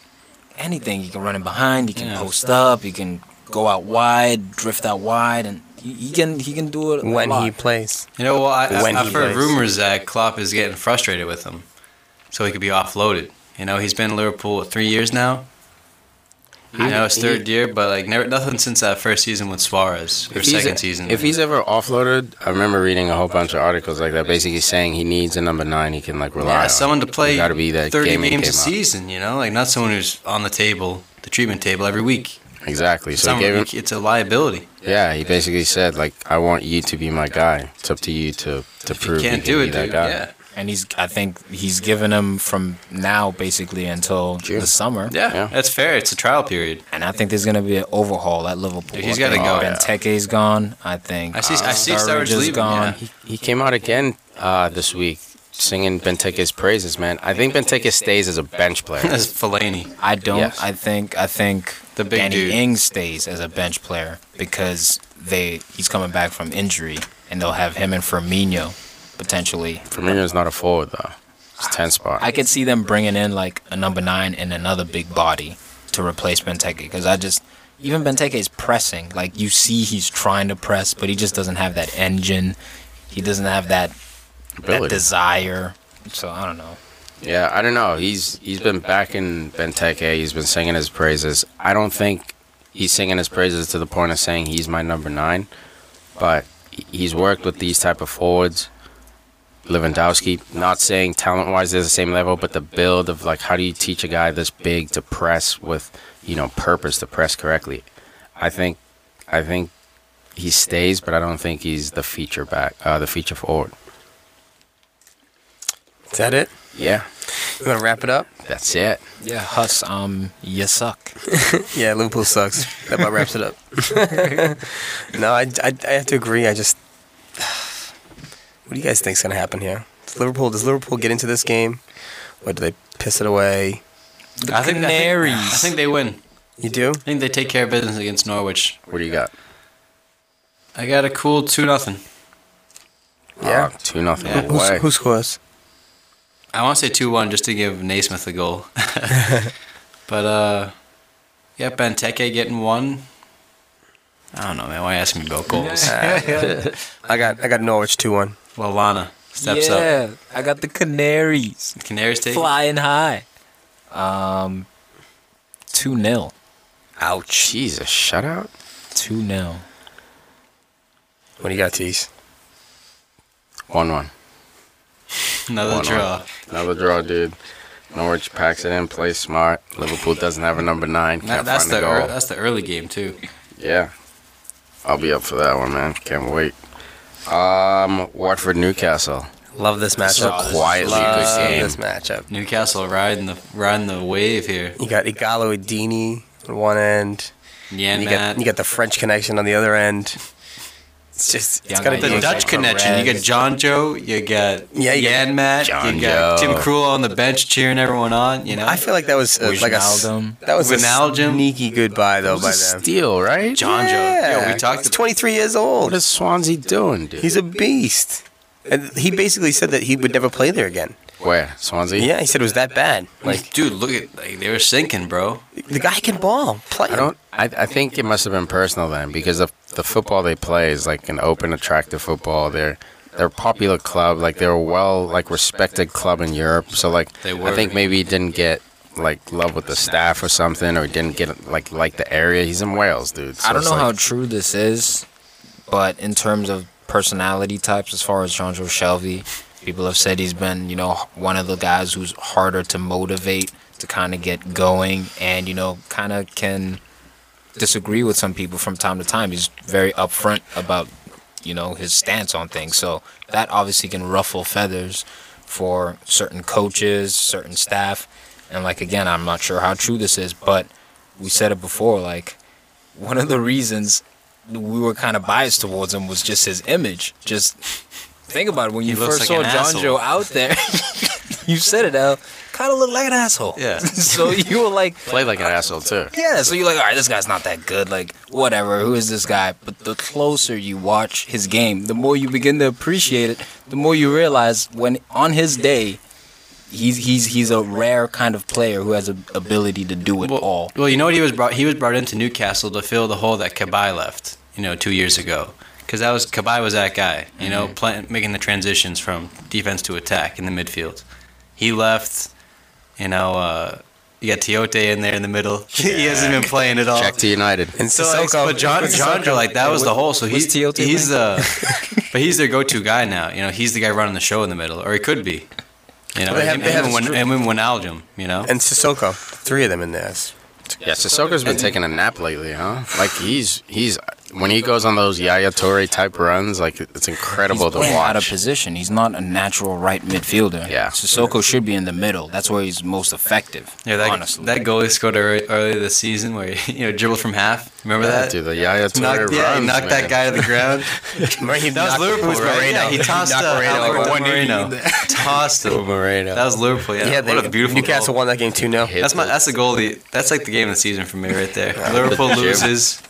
anything. He can run in behind. He can
Yeah.
post up. He can go out wide, drift out wide, and he, he can he can do it. a
when
lot.
he plays.
You know, well, I, I-
When
I've
he
heard
plays.
rumors that Klopp is getting frustrated with him, so he could be offloaded. You know, he's been in Liverpool what, three years now. You know, it's third year, but like never nothing since that first season with Suarez or
If he's-
second season.
If he's ever offloaded, I remember reading a whole bunch of articles like that, basically saying he needs a number nine he can like rely
yeah,
on.
someone to play
You gotta be that
thirty
game in,
games
game
a
out.
season. You know, like not someone who's on the table, the treatment table every week.
Exactly. So
Some-
he gave him.
it's a liability.
Yeah, he basically said like, I want you to be my guy. It's up to you to to
You
prove
can't
you can
do
be
it,
that
dude.
guy.
Yeah,
and he's I think he's given him from now basically until
June.
the summer.
yeah,
Yeah.
that's fair. It's a trial period.
And I think there's gonna be an overhaul at Liverpool.
Dude, he's
I think
gotta go.
Benteke's gone. I think
I see. I see.
Sturridge
Sturridge
is
leaving.
gone.
Yeah.
He, he came out again uh, this week singing Benteke's praises, man. I think Benteke stays as a bench player.
That's Fellaini.
I don't.
Yes.
I think. I think
The big
Danny
dude.
Ings stays as a bench player because they he's coming back from injury, and they'll have him and Firmino potentially
Firmino's not a forward though. It's ten spot.
I could see them bringing in like a number nine and another big body to replace Benteke because I just even Benteke is pressing. Like you see, he's trying to press, but he just doesn't have that engine. He doesn't have that that
Ability.
desire. So I don't know.
Yeah, I don't know. He's he's been backing Benteke. He's been singing his praises. I don't think he's singing his praises to the point of saying he's my number nine, but he- he's worked with these type of forwards. Lewandowski, not saying talent wise they're the same level, but the build of like how do you teach a guy this big to press with you know purpose to press correctly. I think I think he stays, but I don't think he's the feature back uh, the feature forward.
Is that it?
Yeah,
You want to wrap it up?
that's it.
Yeah, Huss, um, you suck.
Yeah, Liverpool sucks. That about wraps it up. no, I, I, I have to agree. I just. What do you guys think's going to happen here? Does Liverpool, does Liverpool get into this game? Or do they piss it away?
I think, I think I
Canaries.
think they win.
You do?
I think they take care of business against Norwich.
What do you got?
I got a cool two nothing.
Yeah.
Oh, two nothing
Yeah.
Who's,
away.
who scores?
I want to say two one just to give Naismith a goal. but uh, yeah, Benteke getting one. I don't know, man. Why you asking me about goals?
I got I got Norwich 2 1.
Lalana steps up.
yeah, I got the Canaries
Canaries take. it?
flying high. Um, two 0
Ouch. Jesus, shutout?
two 0
What do you got, Tease?
1 1.
Another
One
draw.
on. Another draw, dude. Norwich packs it in, plays smart. Liverpool doesn't have a number nine.
That-
Can't
that's
find the
the
goal.
ear- that's the early game too.
yeah. I'll be up for that one, man. Can't wait. Um, Watford Newcastle.
Love this
So
matchup.
quietly
Love
good game.
this matchup.
Newcastle riding the riding the wave here.
You got Igalo Adini on one end.
Yeah,
And you got, you got the French connection on the other end. It's just, it's
Young
got to
guy,
be.
the
young
Dutch
Perez.
connection. You got John Joe. You got
Yeah, you got
Jan Matt.
John
You got
Joe.
Tim Krul on the bench cheering everyone on. You know,
I feel like that was uh, like a s-
Wijnaldum.
that was a
Wijnaldum.
sneaky goodbye though by them.
Steal, right?
John Joe.
Yeah,
Yo, we talked.
He's
about-
23 years old.
What is Swansea doing, dude?
He's a beast. And he basically said that he would never play there again.
Where? Swansea?
Yeah, he said it was that bad. Like
Like, dude, look at like they were sinking, bro.
the guy can ball. Play.
I
him.
don't. I, I think it must have been personal then, because the the football they play is like an open, attractive football. They're they're a popular club, like they're a well like respected club in Europe. So like
They
I
were.
think maybe he didn't get like love with the staff or something, or he didn't get like like the area. He's in Wales, dude. So
I don't
it's
know how
like,
true this is, but in terms of personality types as far as Jonjo Shelby. People have said he's been, you know, one of the guys who's harder to motivate to kind of get going and, you know, kind of can disagree with some people from time to time. He's very upfront about, you know, his stance on things. So that obviously can ruffle feathers for certain coaches, certain staff. And like again, I'm not sure how true this is, but we said it before, like one of the reasons we were kind of biased towards him was just his image. Just think about it when you
looks
first
like an
saw John
asshole.
Joe out there. you said it, Al. Kind of looked like an asshole.
Yeah.
so you were like,
Play like an asshole too.
yeah, so you're like, all right, this guy's not that good. Like, whatever, who is this guy? But the closer you watch his game, the more you begin to appreciate it, the more you realize when on his day, he's he's he's a rare kind of player who has a ability to do it all.
Well, you know what he was brought. He was brought into Newcastle to fill the hole that Kabai left. You know, two years ago, because that was Kabai was that guy. You know,
Mm-hmm.
playing, making the transitions from defense to attack in the midfield. He left. You know, uh, you got Tiote in there in the middle. he hasn't been playing at all.
Check to United.
And
So, like,
Sissoko-
but John, John, like that was the whole. So he's
TLT
he's the, but he's their go-to guy now. You know, he's the guy running the show in the middle, or he could be. You know,
They have-
him,
they have
him, and
stru-
Win- him and Wijnaldum, You know,
and Sissoko, three of them in this.
Yeah, Sissoko's been taking a nap lately, huh? Like he's he's when he goes on those Yaya Toure type runs, like it's incredible
he's
to
playing out of
watch.
position. He's not a natural right midfielder.
Yeah.
Sissoko should be in the middle. That's where he's most effective.
Yeah, that,
honestly.
that goal he scored early, earlier this season where he, you know dribbled from half. Remember that?
Dude, the Yaya Toure
knocked,
runs.
yeah, he knocked that
man.
guy to the ground.
Remember, he
That was
knocked-
Liverpool,
it was
right?
Moreno.
Yeah, he tossed
knocked
uh,
Moreno
Alberto
over.
Moreno. tossed him.
Moreno.
That was Liverpool. Yeah,
Yeah,
what
they-
a beautiful
Newcastle
goal.
won that game 2 0.
That's my. That's the goal. of The, that's like the game of the season for me right there. Liverpool
Jim.
loses.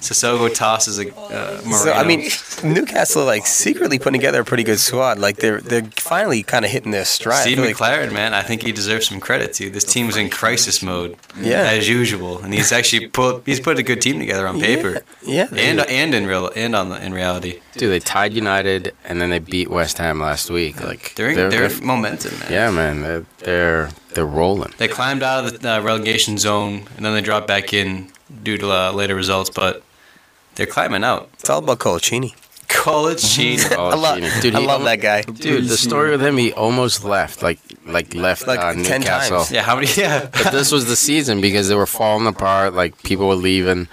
Sissoko tosses a uh, Moreno.
So I mean, Newcastle like secretly putting together a pretty good squad. Like they're they're finally kind of hitting their stride. I
Steve
feel like-
McLaren, man, I think he deserves some credit too. This team was in crisis mode,
Yeah.
as usual, and he's actually put he's put a good team together on paper,
Yeah.
and and in real and on the, in reality,
Dude, they tied United and then they beat West Ham last week. Like
they're in, they're, momentum, man.
yeah, man, they're they're they're rolling.
They climbed out of the uh, relegation zone, and then they dropped back in due to uh, later results, but they're climbing out.
it's all about Colaccini.
Mm-hmm.
Colaccini.
Oh,
I love,
Genie.
I
he
love that guy.
Dude, the story with him, he almost left, like like left
Like
uh,
10
Newcastle.
times.
yeah, how many? Yeah,
But this was the season because they were falling apart. Like people were leaving,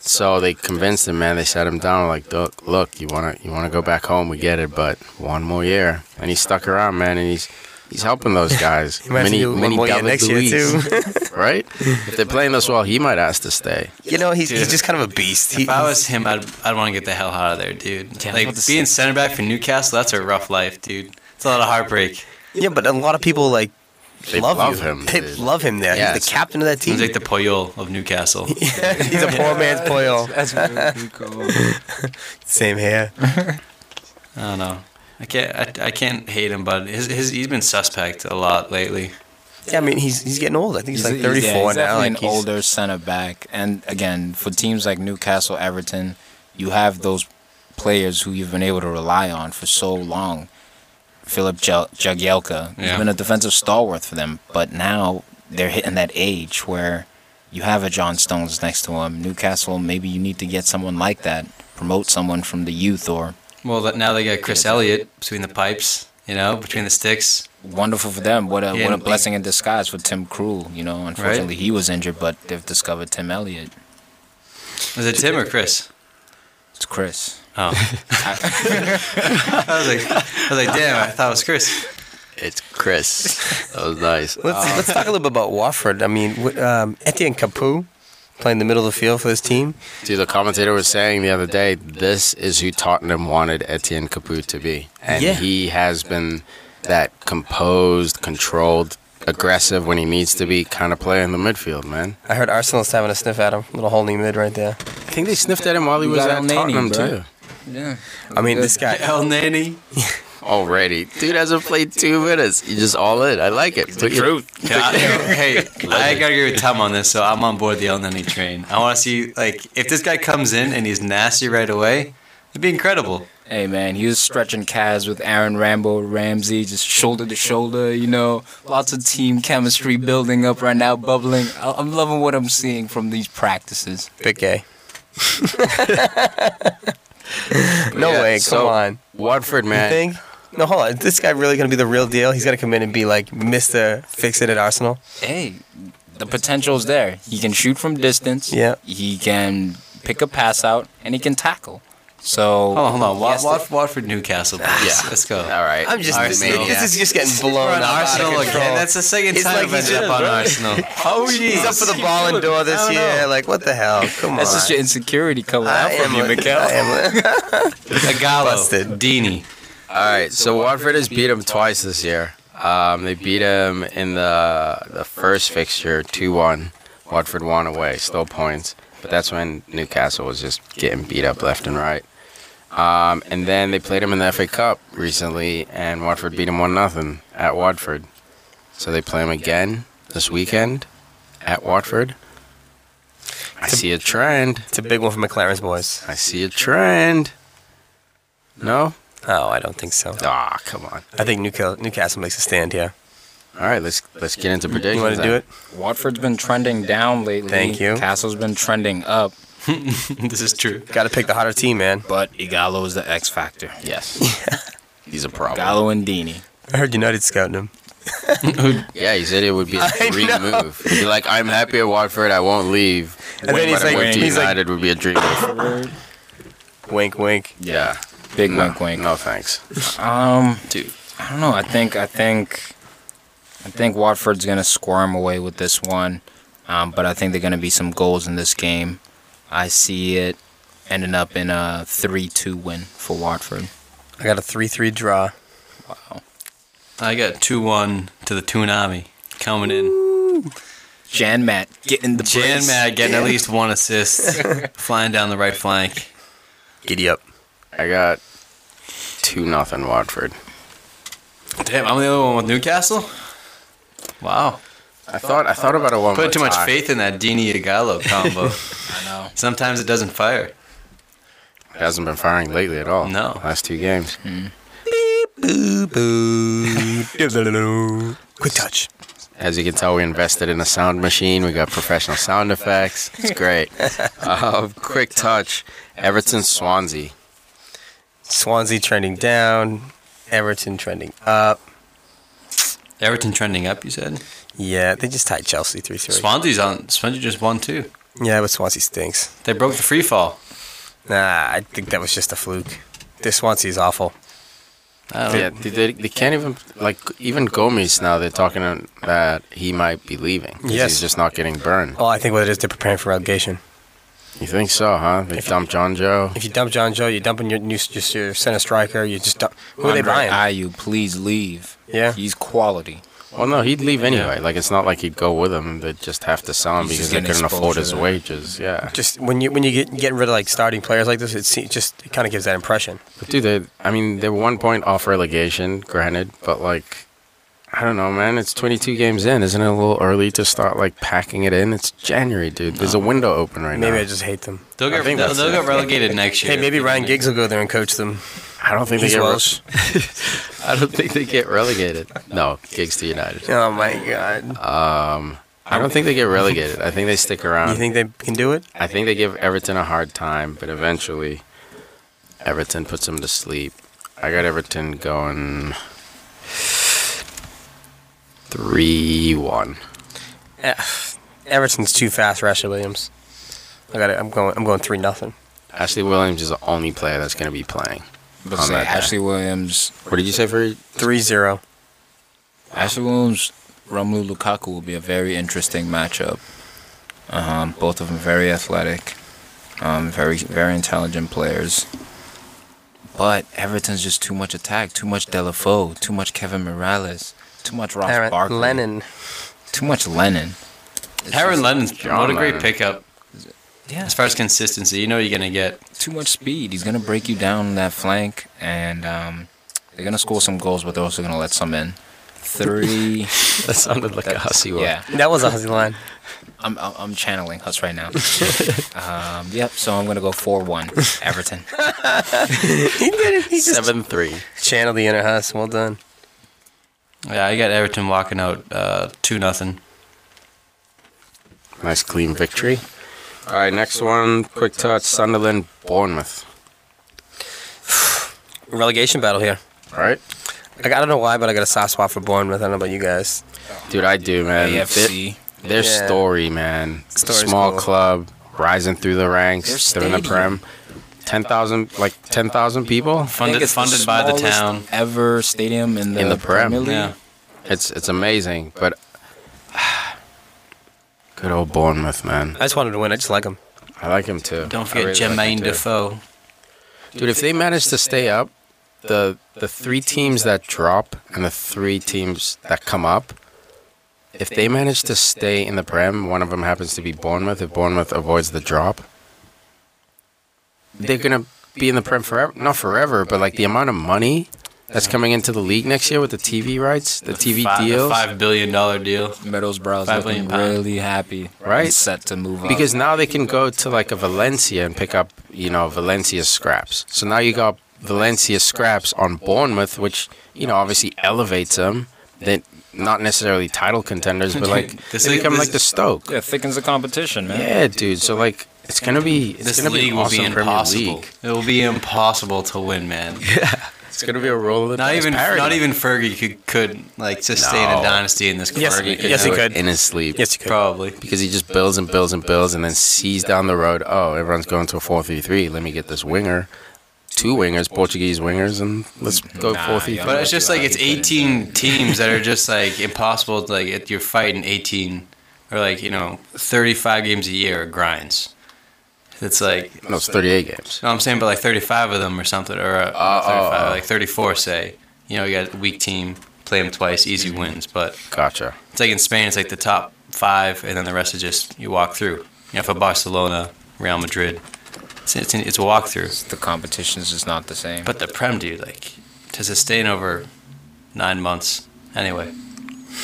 so they convinced him. Man, they sat him down. Like, look, look, you wanna you wanna go back home? We get it, but one more year. And he stuck around, man, and he's he's helping those guys.
He might have to do one more year
David
next year,
Luiz, right? If they're playing this well, he might ask to stay.
You know, he's,
Dude.
he's just kind of a beast. He,
if I was him, I'd, I'd want to get the hell out of there, dude.
Yeah, I was
like
about to
being center back for Newcastle, that's a rough life, dude. It's a lot of heartbreak.
yeah, but a lot of people like
They
love,
love
you.
him,
They
dude.
love him there.
Yeah,
he's the
so-
captain of that team.
He's like the Poyol of Newcastle.
he's a poor man's Poyle.
That's really cool.
Same hair.
I don't know. I can't. I, I can't hate him, but his, his he's been suspect a lot lately.
Yeah, I mean, he's he's getting old. I think he's, like
yeah,
34
he's
now.
definitely
Like
an
he's,
older center back, and again, for teams like Newcastle, Everton, you have those players who you've been able to rely on for so long. Philip Jel- Jagielka has
Yeah.
been a defensive stalwart for them, but now they're hitting that age where you have a John Stones next to him. Newcastle, maybe you need to get someone like that, promote someone from the youth or
Well, that- now they got Chris Elliott between the pipes. You know, between the sticks.
wonderful for them. What a
Yeah,
what a
and-
blessing in disguise for Tim Krul. You know, unfortunately he was injured, but they've discovered Tim Elliott.
Was it Tim or Chris?
It's Chris.
Oh. I was like, I was like, damn! I thought it was Chris.
It's Chris. That was nice.
Let's, let's talk a little bit about Wofford. I mean, wh- um, Etienne Capoue playing the middle of the field for this team.
Dude, the commentator was saying the other day, this is who Tottenham wanted Etienne Capoue to be. And
Yeah.
he has been that composed, controlled, aggressive when he needs to be kind of player in the midfield, man.
I heard Arsenal's having a sniff at him. Little holding mid right there.
I think they sniffed at him while he
You
was
got
at
El Nene,
Tottenham,
bro.
too.
Yeah.
I mean, this guy.
El Nanny.
Already. Dude hasn't played two minutes. You just all in. I like it. Put your-
Yeah, I- hey, I gotta agree with Tom on this, so I'm on board the El Nenny train. I want to see like if this guy comes in and he's nasty right away, it'd be incredible.
Hey man, he was stretching calves with Aaron Rambo Ramsey, just shoulder to shoulder. You know, lots of team chemistry building up right now, bubbling. I- I'm loving what I'm seeing from these practices.
Big gay. No
Yeah,
way. Come
so-
on.
Watford,
You
man.
think? No, hold on. Is this guy really going to be the real deal? He's going to come in and be like Mr. Fix It at Arsenal?
hey, the potential's there. He can shoot from distance.
Yeah.
He can pick a pass out and he can tackle. So
Oh,
Oh
Hold on, hold on. Wa-
Yes,
Wa- Watford, Newcastle.
Yeah.
Please. Let's go.
All right.
I'm just. This,
Arsenal.
this is just getting blown
We're on
up. out of
Arsenal
control.
again. That's the second
It's
time
like
I've
he
ended
did,
up on
right?
Arsenal.
Oh, he's up for the ball and door this year. Like, what the hell? Come
that's
on.
just your insecurity coming
I
out from
am
you,
a-
Mikel.
I am a- Busted.
Agallo, Dini.
All right. So Watford has beat him twice this year. Um, they beat him in the the first fixture, two one. Watford won away, still points, but that's when Newcastle was just getting beat up left and right. Um, and then they played him in the FA Cup recently, and Watford beat him one nothing at Watford. So they play him again this weekend at Watford. I see a trend.
It's a big one for McLaren's boys.
I see a trend. No?
Oh, I don't think so.
Ah, come on.
I think Newcastle, Newcastle makes a stand here.
All right, let's let's get into predictions.
You want to
then.
do it?
Watford's been trending down lately.
Thank you.
Castle's been trending up,
This is true.
Got to pick the hotter team, man.
but Igalo is the X factor.
Yes. he's a problem.
Igalo and Dini.
I heard United scouting him.
Yeah, he said it would be a
I
dream
know.
move. He'd be like, I'm happy at Watford. I won't leave.
And then he's
But I
like,
went to
he's like,
United would be a dream move.
wink, wink.
Yeah.
Big
No,
wink wink.
No thanks.
Um,
Dude.
I don't know. I think I think I think Watford's gonna squirm away with this one, um, but I think there are gonna be some goals in this game. I see it ending up in a three-two win for Watford.
I got a 3 3 draw.
I got 2 1 to the Toonami coming in.
Jan Matt getting the
Jan
brace.
Mad getting at least one assist, flying down the right flank.
Giddy up.
I got 2 nothing Watford.
Damn, I'm the only one with Newcastle? Wow.
I thought I thought about a one. more
Put too much
tie.
faith in that Dini Agallo combo.
I know.
Sometimes it doesn't fire.
It hasn't been firing lately at all.
No.
Last two games.
Boo boo. Quick touch.
As you can tell, we invested in a sound machine. We got professional sound effects. It's great. uh, quick touch. Everton Swansea.
Swansea trending down. Everton trending up.
Everton trending up, you said?
Yeah, they just tied Chelsea 3 3.
Swansea's on. Swansea just won, too.
yeah, but Swansea stinks.
They broke the free fall.
Nah, I think that was just a fluke. This Swansea's awful.
I don't
Yeah, they, they, they can't even like even Gomez now. They're talking that he might be leaving. 'cause
Yes.
he's just not getting burned.
Well, I think what it is, they're preparing for relegation.
You think so, huh? They dumped John Joe.
If you dump John Joe, you're dumping your new just your center striker. You just dump. Who are they
Andre
buying?
Ayew, please leave.
Yeah.
He's quality.
Well, no, he'd leave anyway. Like it's not like he'd go with him. They'd just have to sell him
He's
because
just
they
getting
couldn't afford
exposure.
his wages. Yeah,
just when you when you get getting rid of like starting players like this, it se- just it kind of gives that impression.
but dude, they, I mean, they're one point off relegation, granted, but like. I don't know, man. It's 22 games in. Isn't it a little early to start like packing it in? It's January, dude. There's a window open right
Maybe
now.
I just hate them.
They'll
I
get,
think
they'll,
that's
they'll
it.
get relegated next year.
Hey, maybe Ryan Giggs will go there and coach them.
I don't think they
He's
get. re-
Welsh.
I don't think they get relegated. No, gigs to United.
Oh my God!
I don't think they get relegated. I think they stick around.
you think they can do it?
I think they give Everton a hard time, but eventually Everton puts them to sleep. I got Everton going 3 1.
Eh, Everton's too fast, Rashford Williams. I got it. I'm going. I'm going three nothing.
Ashley Williams is the only player that's going to be playing.
But
On
say,
that day.
Ashley Williams.
What did you say for
Three zero.
Ashley Williams, Romelu Lukaku will be a very interesting matchup. Um, both of them very athletic, um, very very intelligent players. But Everton's just too much attack, too much Delafoe, too much Kevin Morales, too much Ross
Aaron
Barkley,
Lennon.
too much Lennon. It's
Aaron
just-
Lennon's
John
what a great
Lennon.
pickup
yeah,
as far as consistency. You know what you're gonna get.
too much speed. He's gonna break you down on that flank, and um, they're gonna score some goals, but they're also gonna let some in. Three,
That sounded like a hussy one.
yeah.
That was a Aussie line.
I'm I'm I'm channeling us right now. um, yep. So I'm gonna go four one Everton.
he did it. He just
7 3.
channeled the inner huss. Well done.
Yeah, I got Everton walking out uh, two nothing.
Nice clean victory. All right, next one. Quick touch Sunderland, Bournemouth.
Relegation battle here.
right?
Like, I don't know why, but I got a soft spot for Bournemouth. I don't know about you guys.
Dude, I do, man. Their,
AFC.
their
Yeah.
story, man.
Story's
Small
cool.
club, rising through the ranks.
Their
They're in the
stadium.
prem. Ten thousand, like ten thousand people.
I think
Funded,
it's
funded by the
smallest
town.
Ever stadium in the,
In the Prem.
Premier League.
Yeah.
It's it's amazing, but good old Bournemouth, man.
I just wanted to win. I just like them.
I like him too.
Don't
I
forget
really like him
Jermaine
too.
Defoe.
Dude, if they manage to stay up, the the three teams that drop and the three teams that come up, if they manage to stay in the Prem, one of them happens to be Bournemouth. If Bournemouth avoids the drop, they're gonna be in the Prem forever. Not forever, but like the amount of money that's coming into the league next year with the TV rights, the TV
Fi- the
deals.
Five billion dollar deal.
Middlesbrough's
Five
looking
million pound.
really happy.
Right.
He's set to move up.
Because now they can go to like a Valencia and pick up, you know, Valencia scraps. So now you got Valencia scraps on Bournemouth, which, you know, obviously elevates them. Then not necessarily title contenders, but like
This
they
league-
become
this-
like the Stoke.
yeah, thickens the competition, man.
Yeah, dude. So like it's gonna be it's
This
gonna be
league
an
will be
awesome Premier
impossible.
League.
It will be impossible to win, man.
It's gonna be a roll of the
Not
dice
even
parody.
not even Fergie could could like sustain
No.
a dynasty in this.
Yes,
Fergie
yes, he
do it.
could.
in his sleep.
Yes, you could.
Probably.
because he just builds and builds and builds and then sees down the road, oh, everyone's going to a 4 3 3. Let me get this winger, two wingers, Portuguese wingers, and let's go 4 3
yeah.
Mm. But
3.
it's just like it's 18 teams that are just like impossible. To, like it, you're fighting 18 or like you know 35 games a year are grinds. It's like
No, it's 38 games.
no, I'm saying, but like 35 of them or something, or uh,
Oh,
35,
oh, oh.
like 34, say. You know, you got a weak team, play them twice, easy wins. But
Gotcha.
it's like in Spain, it's like the top five, and then the rest is just you walk through. You know, for Barcelona, Real Madrid, it's it's, it's a walkthrough.
The competition's just not the same.
But the Prem, dude, like to sustain over nine months. Anyway,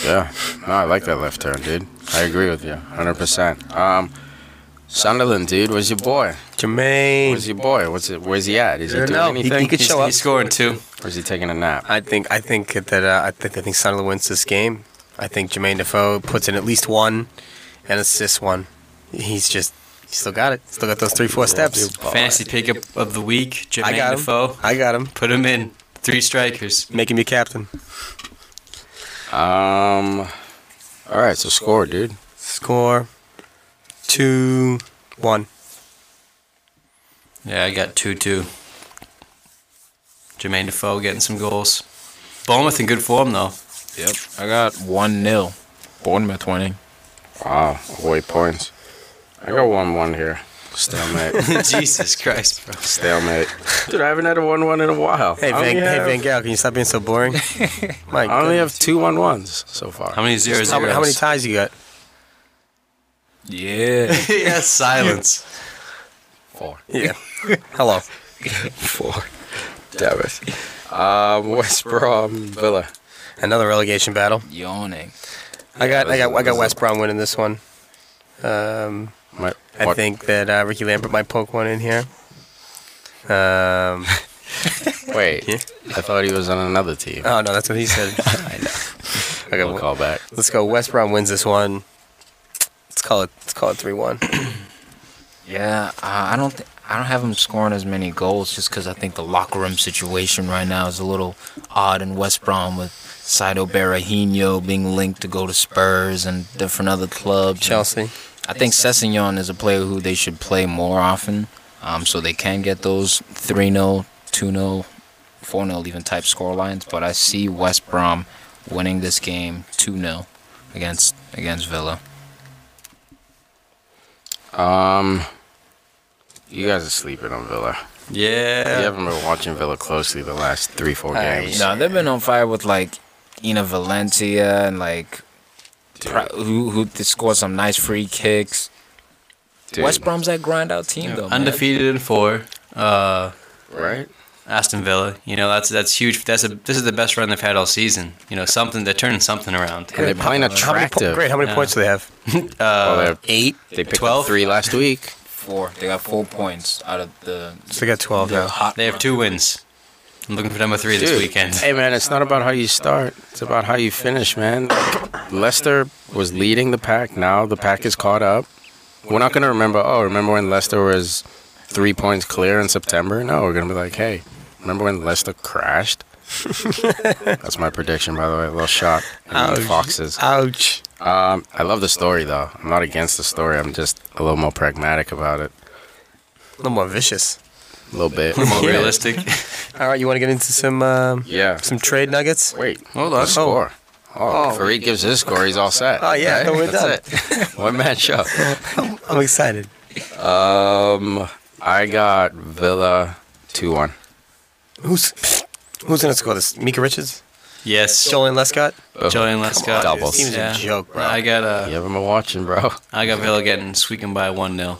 Yeah. No, I like that left turn, dude. I agree with you 100%. Um, Sunderland, dude, where's your boy? Where's
Jermaine.
your boy? What's it? Where's he at? Is he
Yeah,
doing
no, he- he
anything?
could
he's,
show up.
he's scoring two.
Or is he taking a nap?
I think I think that uh, I think I think Sunderland wins this game. I think Jermaine Defoe puts in at least one and assists one. He's just he still got it. Still got those three four steps.
Fantasy pickup of the week,
I
Jermaine
got him.
Defoe.
I got him.
Put him in. Three strikers.
Make him your captain.
Um, all right, so score, dude.
Score two one.
Yeah, I got two two. Jermaine Defoe getting some goals. Bournemouth in good form though.
yep. I got 1 0. Bournemouth winning.
Wow, away points. I got 1 1 here. Stalemate.
Jesus Christ, bro.
Stalemate. Dude, I haven't had a 1 1 in a while.
Hey
I
Van,
only
hey
have,
Van Gaal, can you stop being so boring? My
I only
goodness.
have two 1 1s so far.
How many zeros?
how, many- how many
zeros?
ties you got?
Yeah.
yeah, silence.
Four.
Yeah. Hello.
Four. Damn it. Um, West Brom Villa.
Another relegation battle.
Yawning.
I got I got I
Listen,
got
listen.
West Brom winning this one. Um,
My,
I
what-
think that uh, Ricky Lambert might poke one in here. Um,
Wait.
Yeah.
I thought he was on another team.
oh no, that's what he said. okay,
we'll call back.
let's go. West Brom wins this one. Let's call it. Let's call it three one.
Yeah, uh, I don't. Th- I don't have him scoring as many goals just because I think the locker room situation right now is a little odd in West Brom with Saito Barahino being linked to go to Spurs and different other clubs.
Chelsea.
I think Sessignon is a player who they should play more often, um, so they can get those 3 0, 2 0, 4 0 even type score lines. But I see West Brom winning this game 2 0 against against Villa.
Um, you guys are sleeping on Villa. You
Yeah.
haven't been watching Villa closely the last three, four
I-
games.
No, they've been on fire with like Ina Valencia and like Pri- who who they scored some nice free kicks.
Dude,
West Brom's that grind out team though. man.
Undefeated in four. Uh,
right?
Aston Villa. You know, that's that's huge. That's a this is the best run they've had all season. You know, something they're turning something around.
And they're playing
How many po-
attractive.
great. How many
Yeah.
points do they have?
Well, they're-
Eight.
They picked up
12?
three last week.
Four. They got four points out of the.
So they got twelve
the
now.
hot
They have two wins. I'm looking for number three this
Dude,
weekend.
Hey man, it's not about how you start; it's about how you finish, man. Leicester was leading the pack. Now the pack is caught up. We're not gonna remember. Oh, remember when Leicester was three points clear in September? No, we're gonna be like, hey, Remember when Leicester crashed? That's my prediction, by the way. A little shock. I mean, Foxes.
Ouch.
Um, I love the story, though. I'm not against the story. I'm just a little more pragmatic about it.
A little more vicious.
A little bit.
More realistic.
All right, you want to get into some um,
Yeah.
some trade nuggets?
Wait.
Hold on.
The score. Oh,
Oh.
if Farid gives his score. He's all set.
Oh, yeah,
Okay,
no, we're
that's it. One match up.
I'm excited.
Um, I got Villa two one.
Who's who's gonna score this? Mika Richards,
Yes.
Jolene Lescott.
Julian Lescott.
doubles.
This team's a joke, bro.
I got uh,
You haven't been watching, bro.
I got Villa getting squeaking by one 0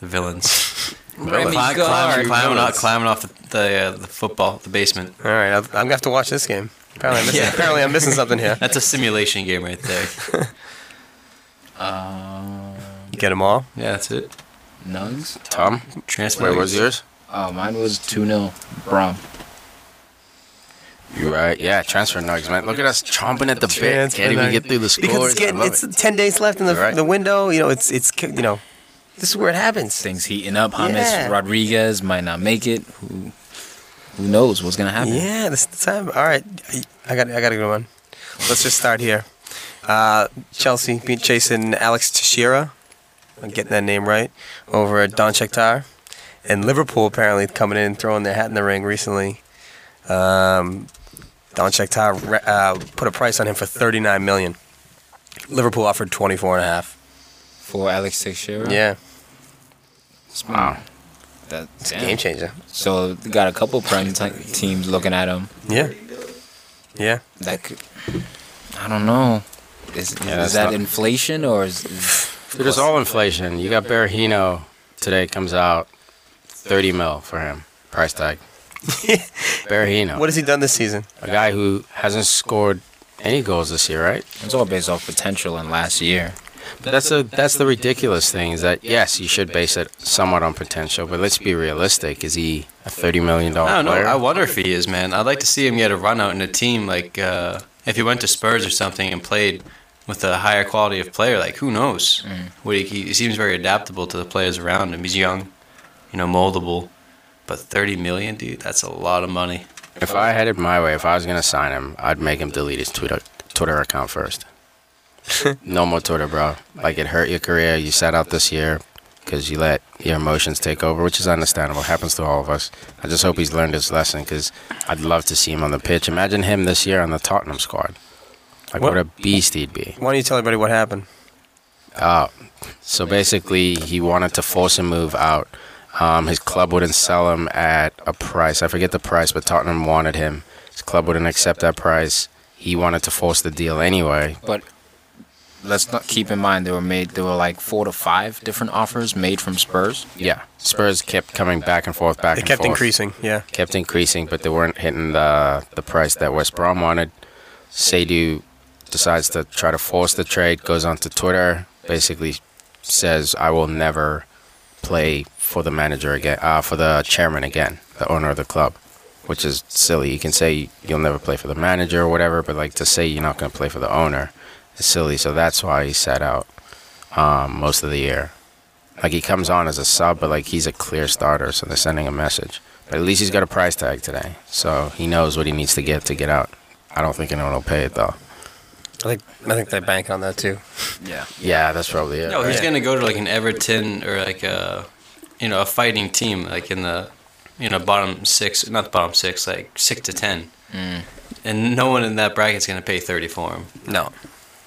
The villains.
Villa.
Cli- climbing, climbing off, climbing off the the, uh, the football, the basement.
All right, I'll, I'm gonna have to watch this game. Apparently, I'm missing,
Yeah.
apparently I'm missing something here.
That's a simulation game right there. um,
You get them all.
yeah, that's it.
Nugs?
Tom,
Transfer.
where was yours?
Oh, mine was 2 0. Brom.
You right? Yeah, transfer nugs, man. Look at us chomping at the bit.
Transfer
Can't even
nugs.
get through the
Because
scores.
it's
I
getting
love
it's
it.
ten days left in the
You're right.
the window. You know, it's it's you know, this is where it happens.
Things heating up. James
Yeah.
Rodriguez might not make it. Who who knows what's going to happen?
Yeah, this is the time. All right, I got I got a good one. Let's just start here. Uh, Chelsea beat chasing Alex Teixeira. I'm getting that name right over at Don Shakhtar. and Liverpool apparently coming in and throwing their hat in the ring recently. Um, Don Shakhtar re- uh, put a price on him for 39 million. Liverpool offered 24 and a half.
For Alex Teixeira?
Yeah,
Wow.
That,
it's a
damn.
game changer.
So they got a couple prime ti- teams looking at him.
Yeah, yeah.
That could, I don't know. Is,
Yeah,
is
that's
that
not-
inflation or is, is
Dude, it's all inflation. You got Berahino today comes out thirty mil for him. Price tag. Berahino.
What has he done this season?
a guy who hasn't scored any goals this year, right?
it's all based off potential in last year?
But that's a that's the ridiculous thing is that yes, you should base it somewhat on potential, but let's be realistic. Is he a thirty million dollar
I don't know.
player?
I wonder if he is, man. I'd like to see him get a run out in a team like uh, if he went to Spurs or something and played with a higher quality of player. Like who knows? What he, he seems very adaptable to the players around him. He's young, you know, moldable. But thirty million, dude, that's a lot of money.
if I had it my way, if I was gonna sign him, I'd make him delete his Twitter Twitter account first. no more Twitter, bro. Like it hurt your career. You sat out this year because you let your emotions take over, which is understandable. Happens to all of us. I just hope he's learned his lesson because I'd love to see him on the pitch. Imagine him this year on the Tottenham squad. Like
What-
what a beast he'd be.
Why don't you tell everybody what happened?
out. So basically, he wanted to force a move out. Um, his club wouldn't sell him at a price. I forget the price, but Tottenham wanted him. His club wouldn't accept that price. He wanted to force the deal anyway.
But let's not keep in mind they were made. There were like four to five different offers made from Spurs.
Yeah, Spurs kept coming back and forth, back
They
and
kept
forth.
increasing. Yeah.
Kept increasing, but they weren't hitting the the price that West Brom wanted. Sadu decides to try to force the trade. Goes onto Twitter, basically says, "I will never play for the manager again, uh, for the chairman again, the owner of the club," which is silly. You can say you'll never play for the manager or whatever, but like to say you're not going to play for the owner is silly. So that's why he sat out um, most of the year. Like he comes on as a sub, but like he's a clear starter, so they're sending a message. But at least he's got a price tag today, so he knows what he needs to get to get out. I don't think anyone will pay it though.
I think I think they bank on that too.
Yeah, that's probably it.
No, he's
Yeah.
gonna go to like an Everton or like a, you know, a fighting team like in the, you know, bottom six, not the bottom six, like six to ten, and no one in that bracket's gonna pay thirty for him,
No.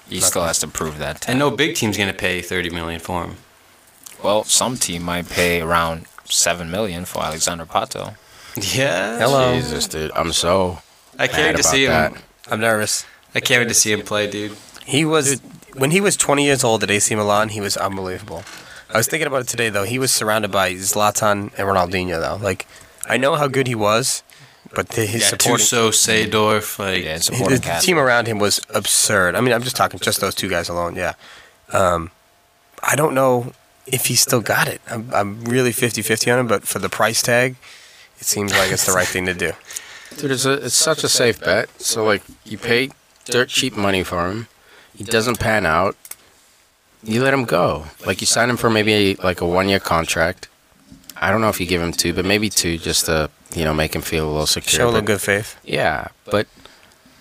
He still has to prove that.
and no big team's gonna pay thirty million for him.
Well, some team might pay around seven million for Alexander Pato.
Yeah,
Hello.
Jesus, dude, I'm so
I
mad
can't wait to
about
see him.
that.
I'm nervous.
I can't wait to see him play, dude.
He was when he was 20 years old at AC Milan. He was unbelievable. I was thinking about it today though. He was surrounded by Zlatan and Ronaldinho though. Like I know how good he was, but the, his
Yeah,
supporting
Tuso, Seydorf, like
Yeah,
the,
supporting
the
cast.
team around him was absurd. I mean, I'm just talking just those two guys alone. Yeah. Um, I don't know if he still got it. I'm, I'm really 50-50 on him, but for the price tag, it seems like it's the right thing to do.
Dude, it's, a, it's such a safe bet. So, like, you pay dirt cheap money for him. He doesn't pan out. You let him go. Like, you sign him for maybe like a one year contract. I don't know if you give him two, but maybe two just to you know, make him feel a little secure.
Show a little
but-
good faith.
Yeah, but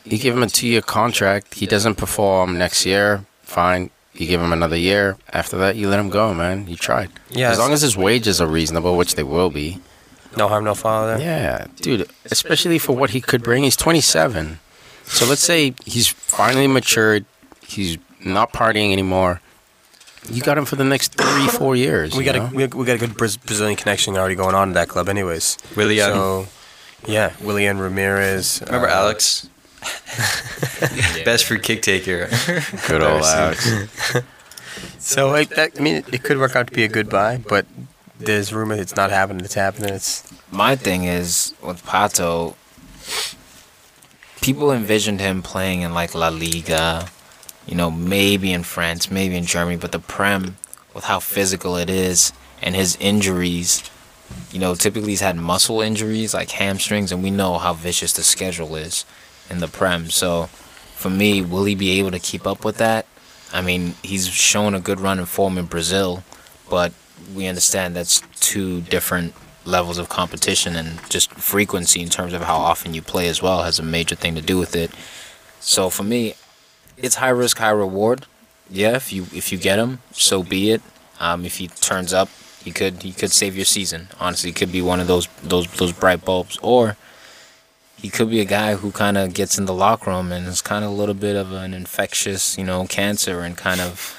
you give him a two-year contract. He doesn't perform next year. Fine. You give him another year. After that, you let him go, man. You tried.
Yeah,
As long
it's-
as his wages are reasonable, which they will be.
No harm, no foul there.
Yeah, dude. Especially for what he could bring. He's 27. So let's say he's finally matured. He's not partying anymore. You got him for the next three, four years.
We
you
got a
know?
we, we got a good Braz- Brazilian connection already going on in that club, anyways.
Willian.
So, yeah, Willian Ramirez.
Remember
uh,
Alex? Best free kick taker.
good old Alex.
So like that, I mean, it could work out to be a good buy, but there's rumor it's not happening. It's happening. It's
My thing is with Pato, people envisioned him playing in like La Liga, you know, maybe in France, maybe in Germany, but the Prem, with how physical it is and his injuries, you know, typically he's had muscle injuries like hamstrings, and we know how vicious the schedule is in the Prem. So for me, will he be able to keep up with that? I mean, he's shown a good run in form in Brazil, but we understand that's two different levels of competition and just frequency in terms of how often you play as well has a major thing to do with it. So for me, it's high risk, high reward. Yeah, if you if you get him, so be it. Um, if he turns up, he could he could save your season. Honestly, he could be one of those those those bright bulbs, or he could be a guy who kind of gets in the locker room and is kind of a little bit of an infectious, you know, cancer and kind of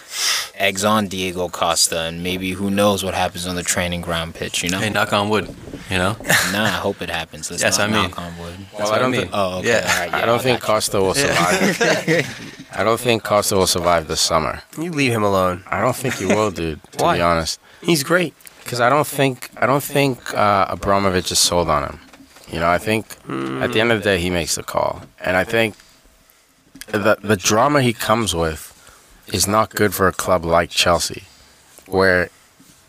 eggs on Diego Costa, and maybe who knows what happens on the training ground pitch, you know?
Hey, knock on wood. You know.
Nah, I hope it happens. Let's
That's
not
what I mean.
knock on wood.
Well, I don't think.
Oh, okay.
Yeah.
All right,
I don't think
got
Costa will survive. I don't think Costa will survive this summer.
you leave him alone.
I don't think he will, dude. To
Why?
be honest,
He's great.
because I don't think I don't think uh, Abramovich is sold on him. You know, I think at the end of the day he makes the call, and I think the the drama he comes with is not good for a club like Chelsea, where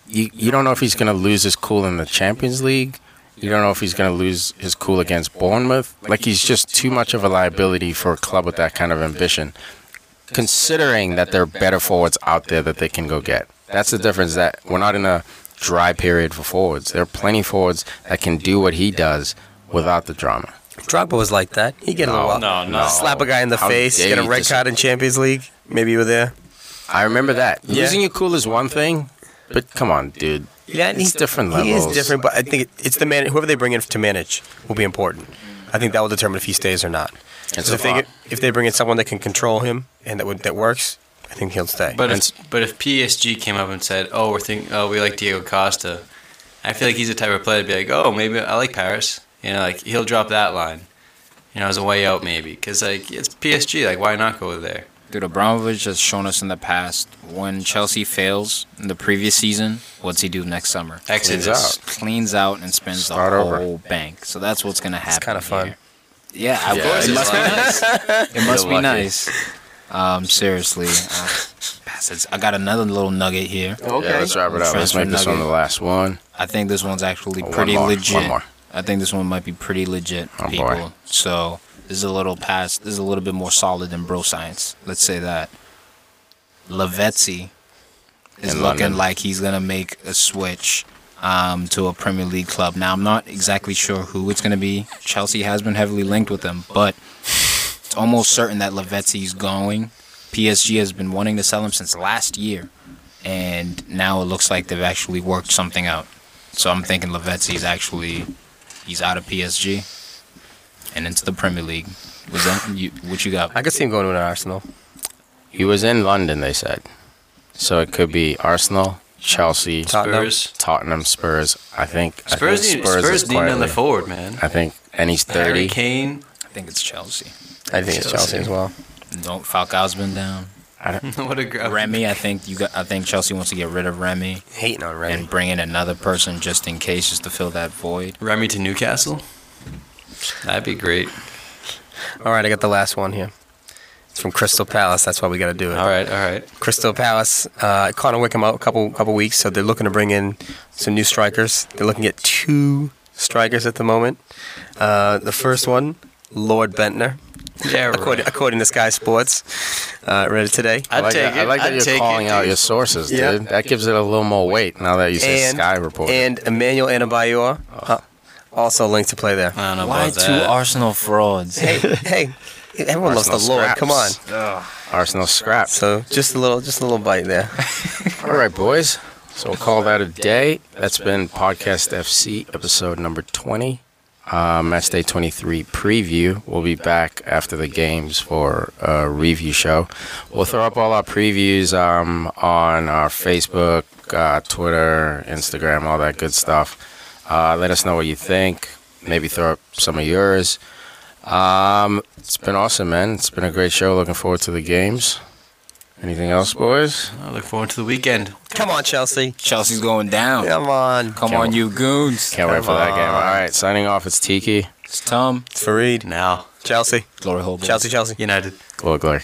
you you don't know if he's going to lose his cool in the Champions League. You don't know if he's going to lose his cool against Bournemouth. Like he's just too much of a liability for a club with that kind of ambition. Considering that there are better forwards out there that they can go get. That's the difference. That we're not in a dry period for forwards. There are plenty of forwards that can do what he does without the drama.
Drogba was like that. He get a little uh,
no, no.
slap a guy in the
How
face,
dare
get a
you
red
dis-
card in Champions League. Maybe you were there.
I remember that.
Yeah.
Losing your cool is one thing, but come on, dude.
Yeah,
It's different
He is
levels.
different, but I think it, it's the man whoever they bring in to manage will be important. I think that will determine if he stays or not.
It's
So
a
if they
lot.
get, if they bring in someone that can control him and that would, that works, I think he'll stay.
But
And-
if, but if PSG came up and said, "Oh, we're thinking, oh, we like Diego Costa," I feel like he's the type of player to be like, "Oh, maybe I like Paris." You know, like he'll drop that line. You know, as a way out, maybe because like it's PSG. Like, why not go there?
Dude, Abramovich has shown us in the past when Chelsea fails in the previous season, what's he do next summer?
Exodus.
out.
Cleans out and spends
Start
the
over.
whole bank. So that's what's gonna happen.
kinda fun.
here. Yeah, I
Yeah,
it
it's
must be
fun.
nice. It must be
lucky.
nice. Um, seriously, uh, bastards. I got another little nugget here.
Yeah, let's wrap it up. Let's
Transfer
make this one the
nugget.
last one.
I think this one's actually
Oh, one
pretty
more, one
legit.
more.
I think this one might be pretty legit,
Oh, boy.
people. So this is a little past. This is a little bit more solid than bro science. Let's say that. Lavezzi is
In
looking
London.
like he's gonna make a switch um, to a Premier League club. Now I'm not exactly sure who it's gonna be. Chelsea has been heavily linked with him, but it's almost certain that Lavezzi's going. PSG has been wanting to sell him since last year, and now it looks like they've actually worked something out. So I'm thinking Lavezzi's actually he's out of PSG and into the Premier League. Was that you, what you got?
I could see him going to an Arsenal.
He was in London, they said. So it could be Arsenal, Chelsea,
Tottenham.
Spurs.
Tottenham, Spurs. I think I
Spurs,
think
need, Spurs,
is
need another
quietly-
forward, man.
I think, and he's
Harry
thirty.
Kane.
I think it's Chelsea.
I think it's Chelsea as well.
No, Falcao's been down.
what a gr-
Remy, I think you got. I think Chelsea wants to get rid of Remy
Hating on Remy.
and bring in another person just in case, just to fill that void.
Remy to Newcastle. That'd be great.
All right, I got the last one here. It's from Crystal Palace. That's why we got to do it.
All right, all right.
Crystal Palace, uh, Connor Wickham out a couple couple weeks, so they're looking to bring in some new strikers. They're looking at two strikers at the moment. Uh, the first one, Lord Bentner,
Yeah,
according, according to Sky Sports, uh, read it today.
I like, that, I like that you're calling out your sources, dude.
Yeah.
That gives it a little more weight now that you say Sky Report.
And Emmanuel Anabayor, uh, Also linked to play there.
I don't know
Why
about
two
that.
Arsenal frauds?
hey, hey, everyone loves the
Arsenal
Lord. Come on.
scraps. Arsenal scraps.
So just a little, just a little bite there.
All right, boys. So we'll call that a day. That's been Podcast FC episode number 20. Uh, match day 23 preview. We'll be back after the games for a review show. We'll throw up all our previews um, on our Facebook, uh, Twitter, Instagram, all that good stuff. Uh, let us know what you think. Maybe throw up some of yours. Um, it's been awesome, man. It's been a great show. Looking forward to the games. Anything else, boys?
I look forward to the weekend.
Come on, Chelsea.
Chelsea's going down.
Come on.
Oh. Come
Can't
on,
wait.
you goons.
Can't wait for that
Come
game. All
on.
right, signing off. It's Tiki.
It's Tom.
Farid.
Now,
Chelsea.
Glory hole. boys.
Chelsea. Chelsea.
United.
Glory, glory.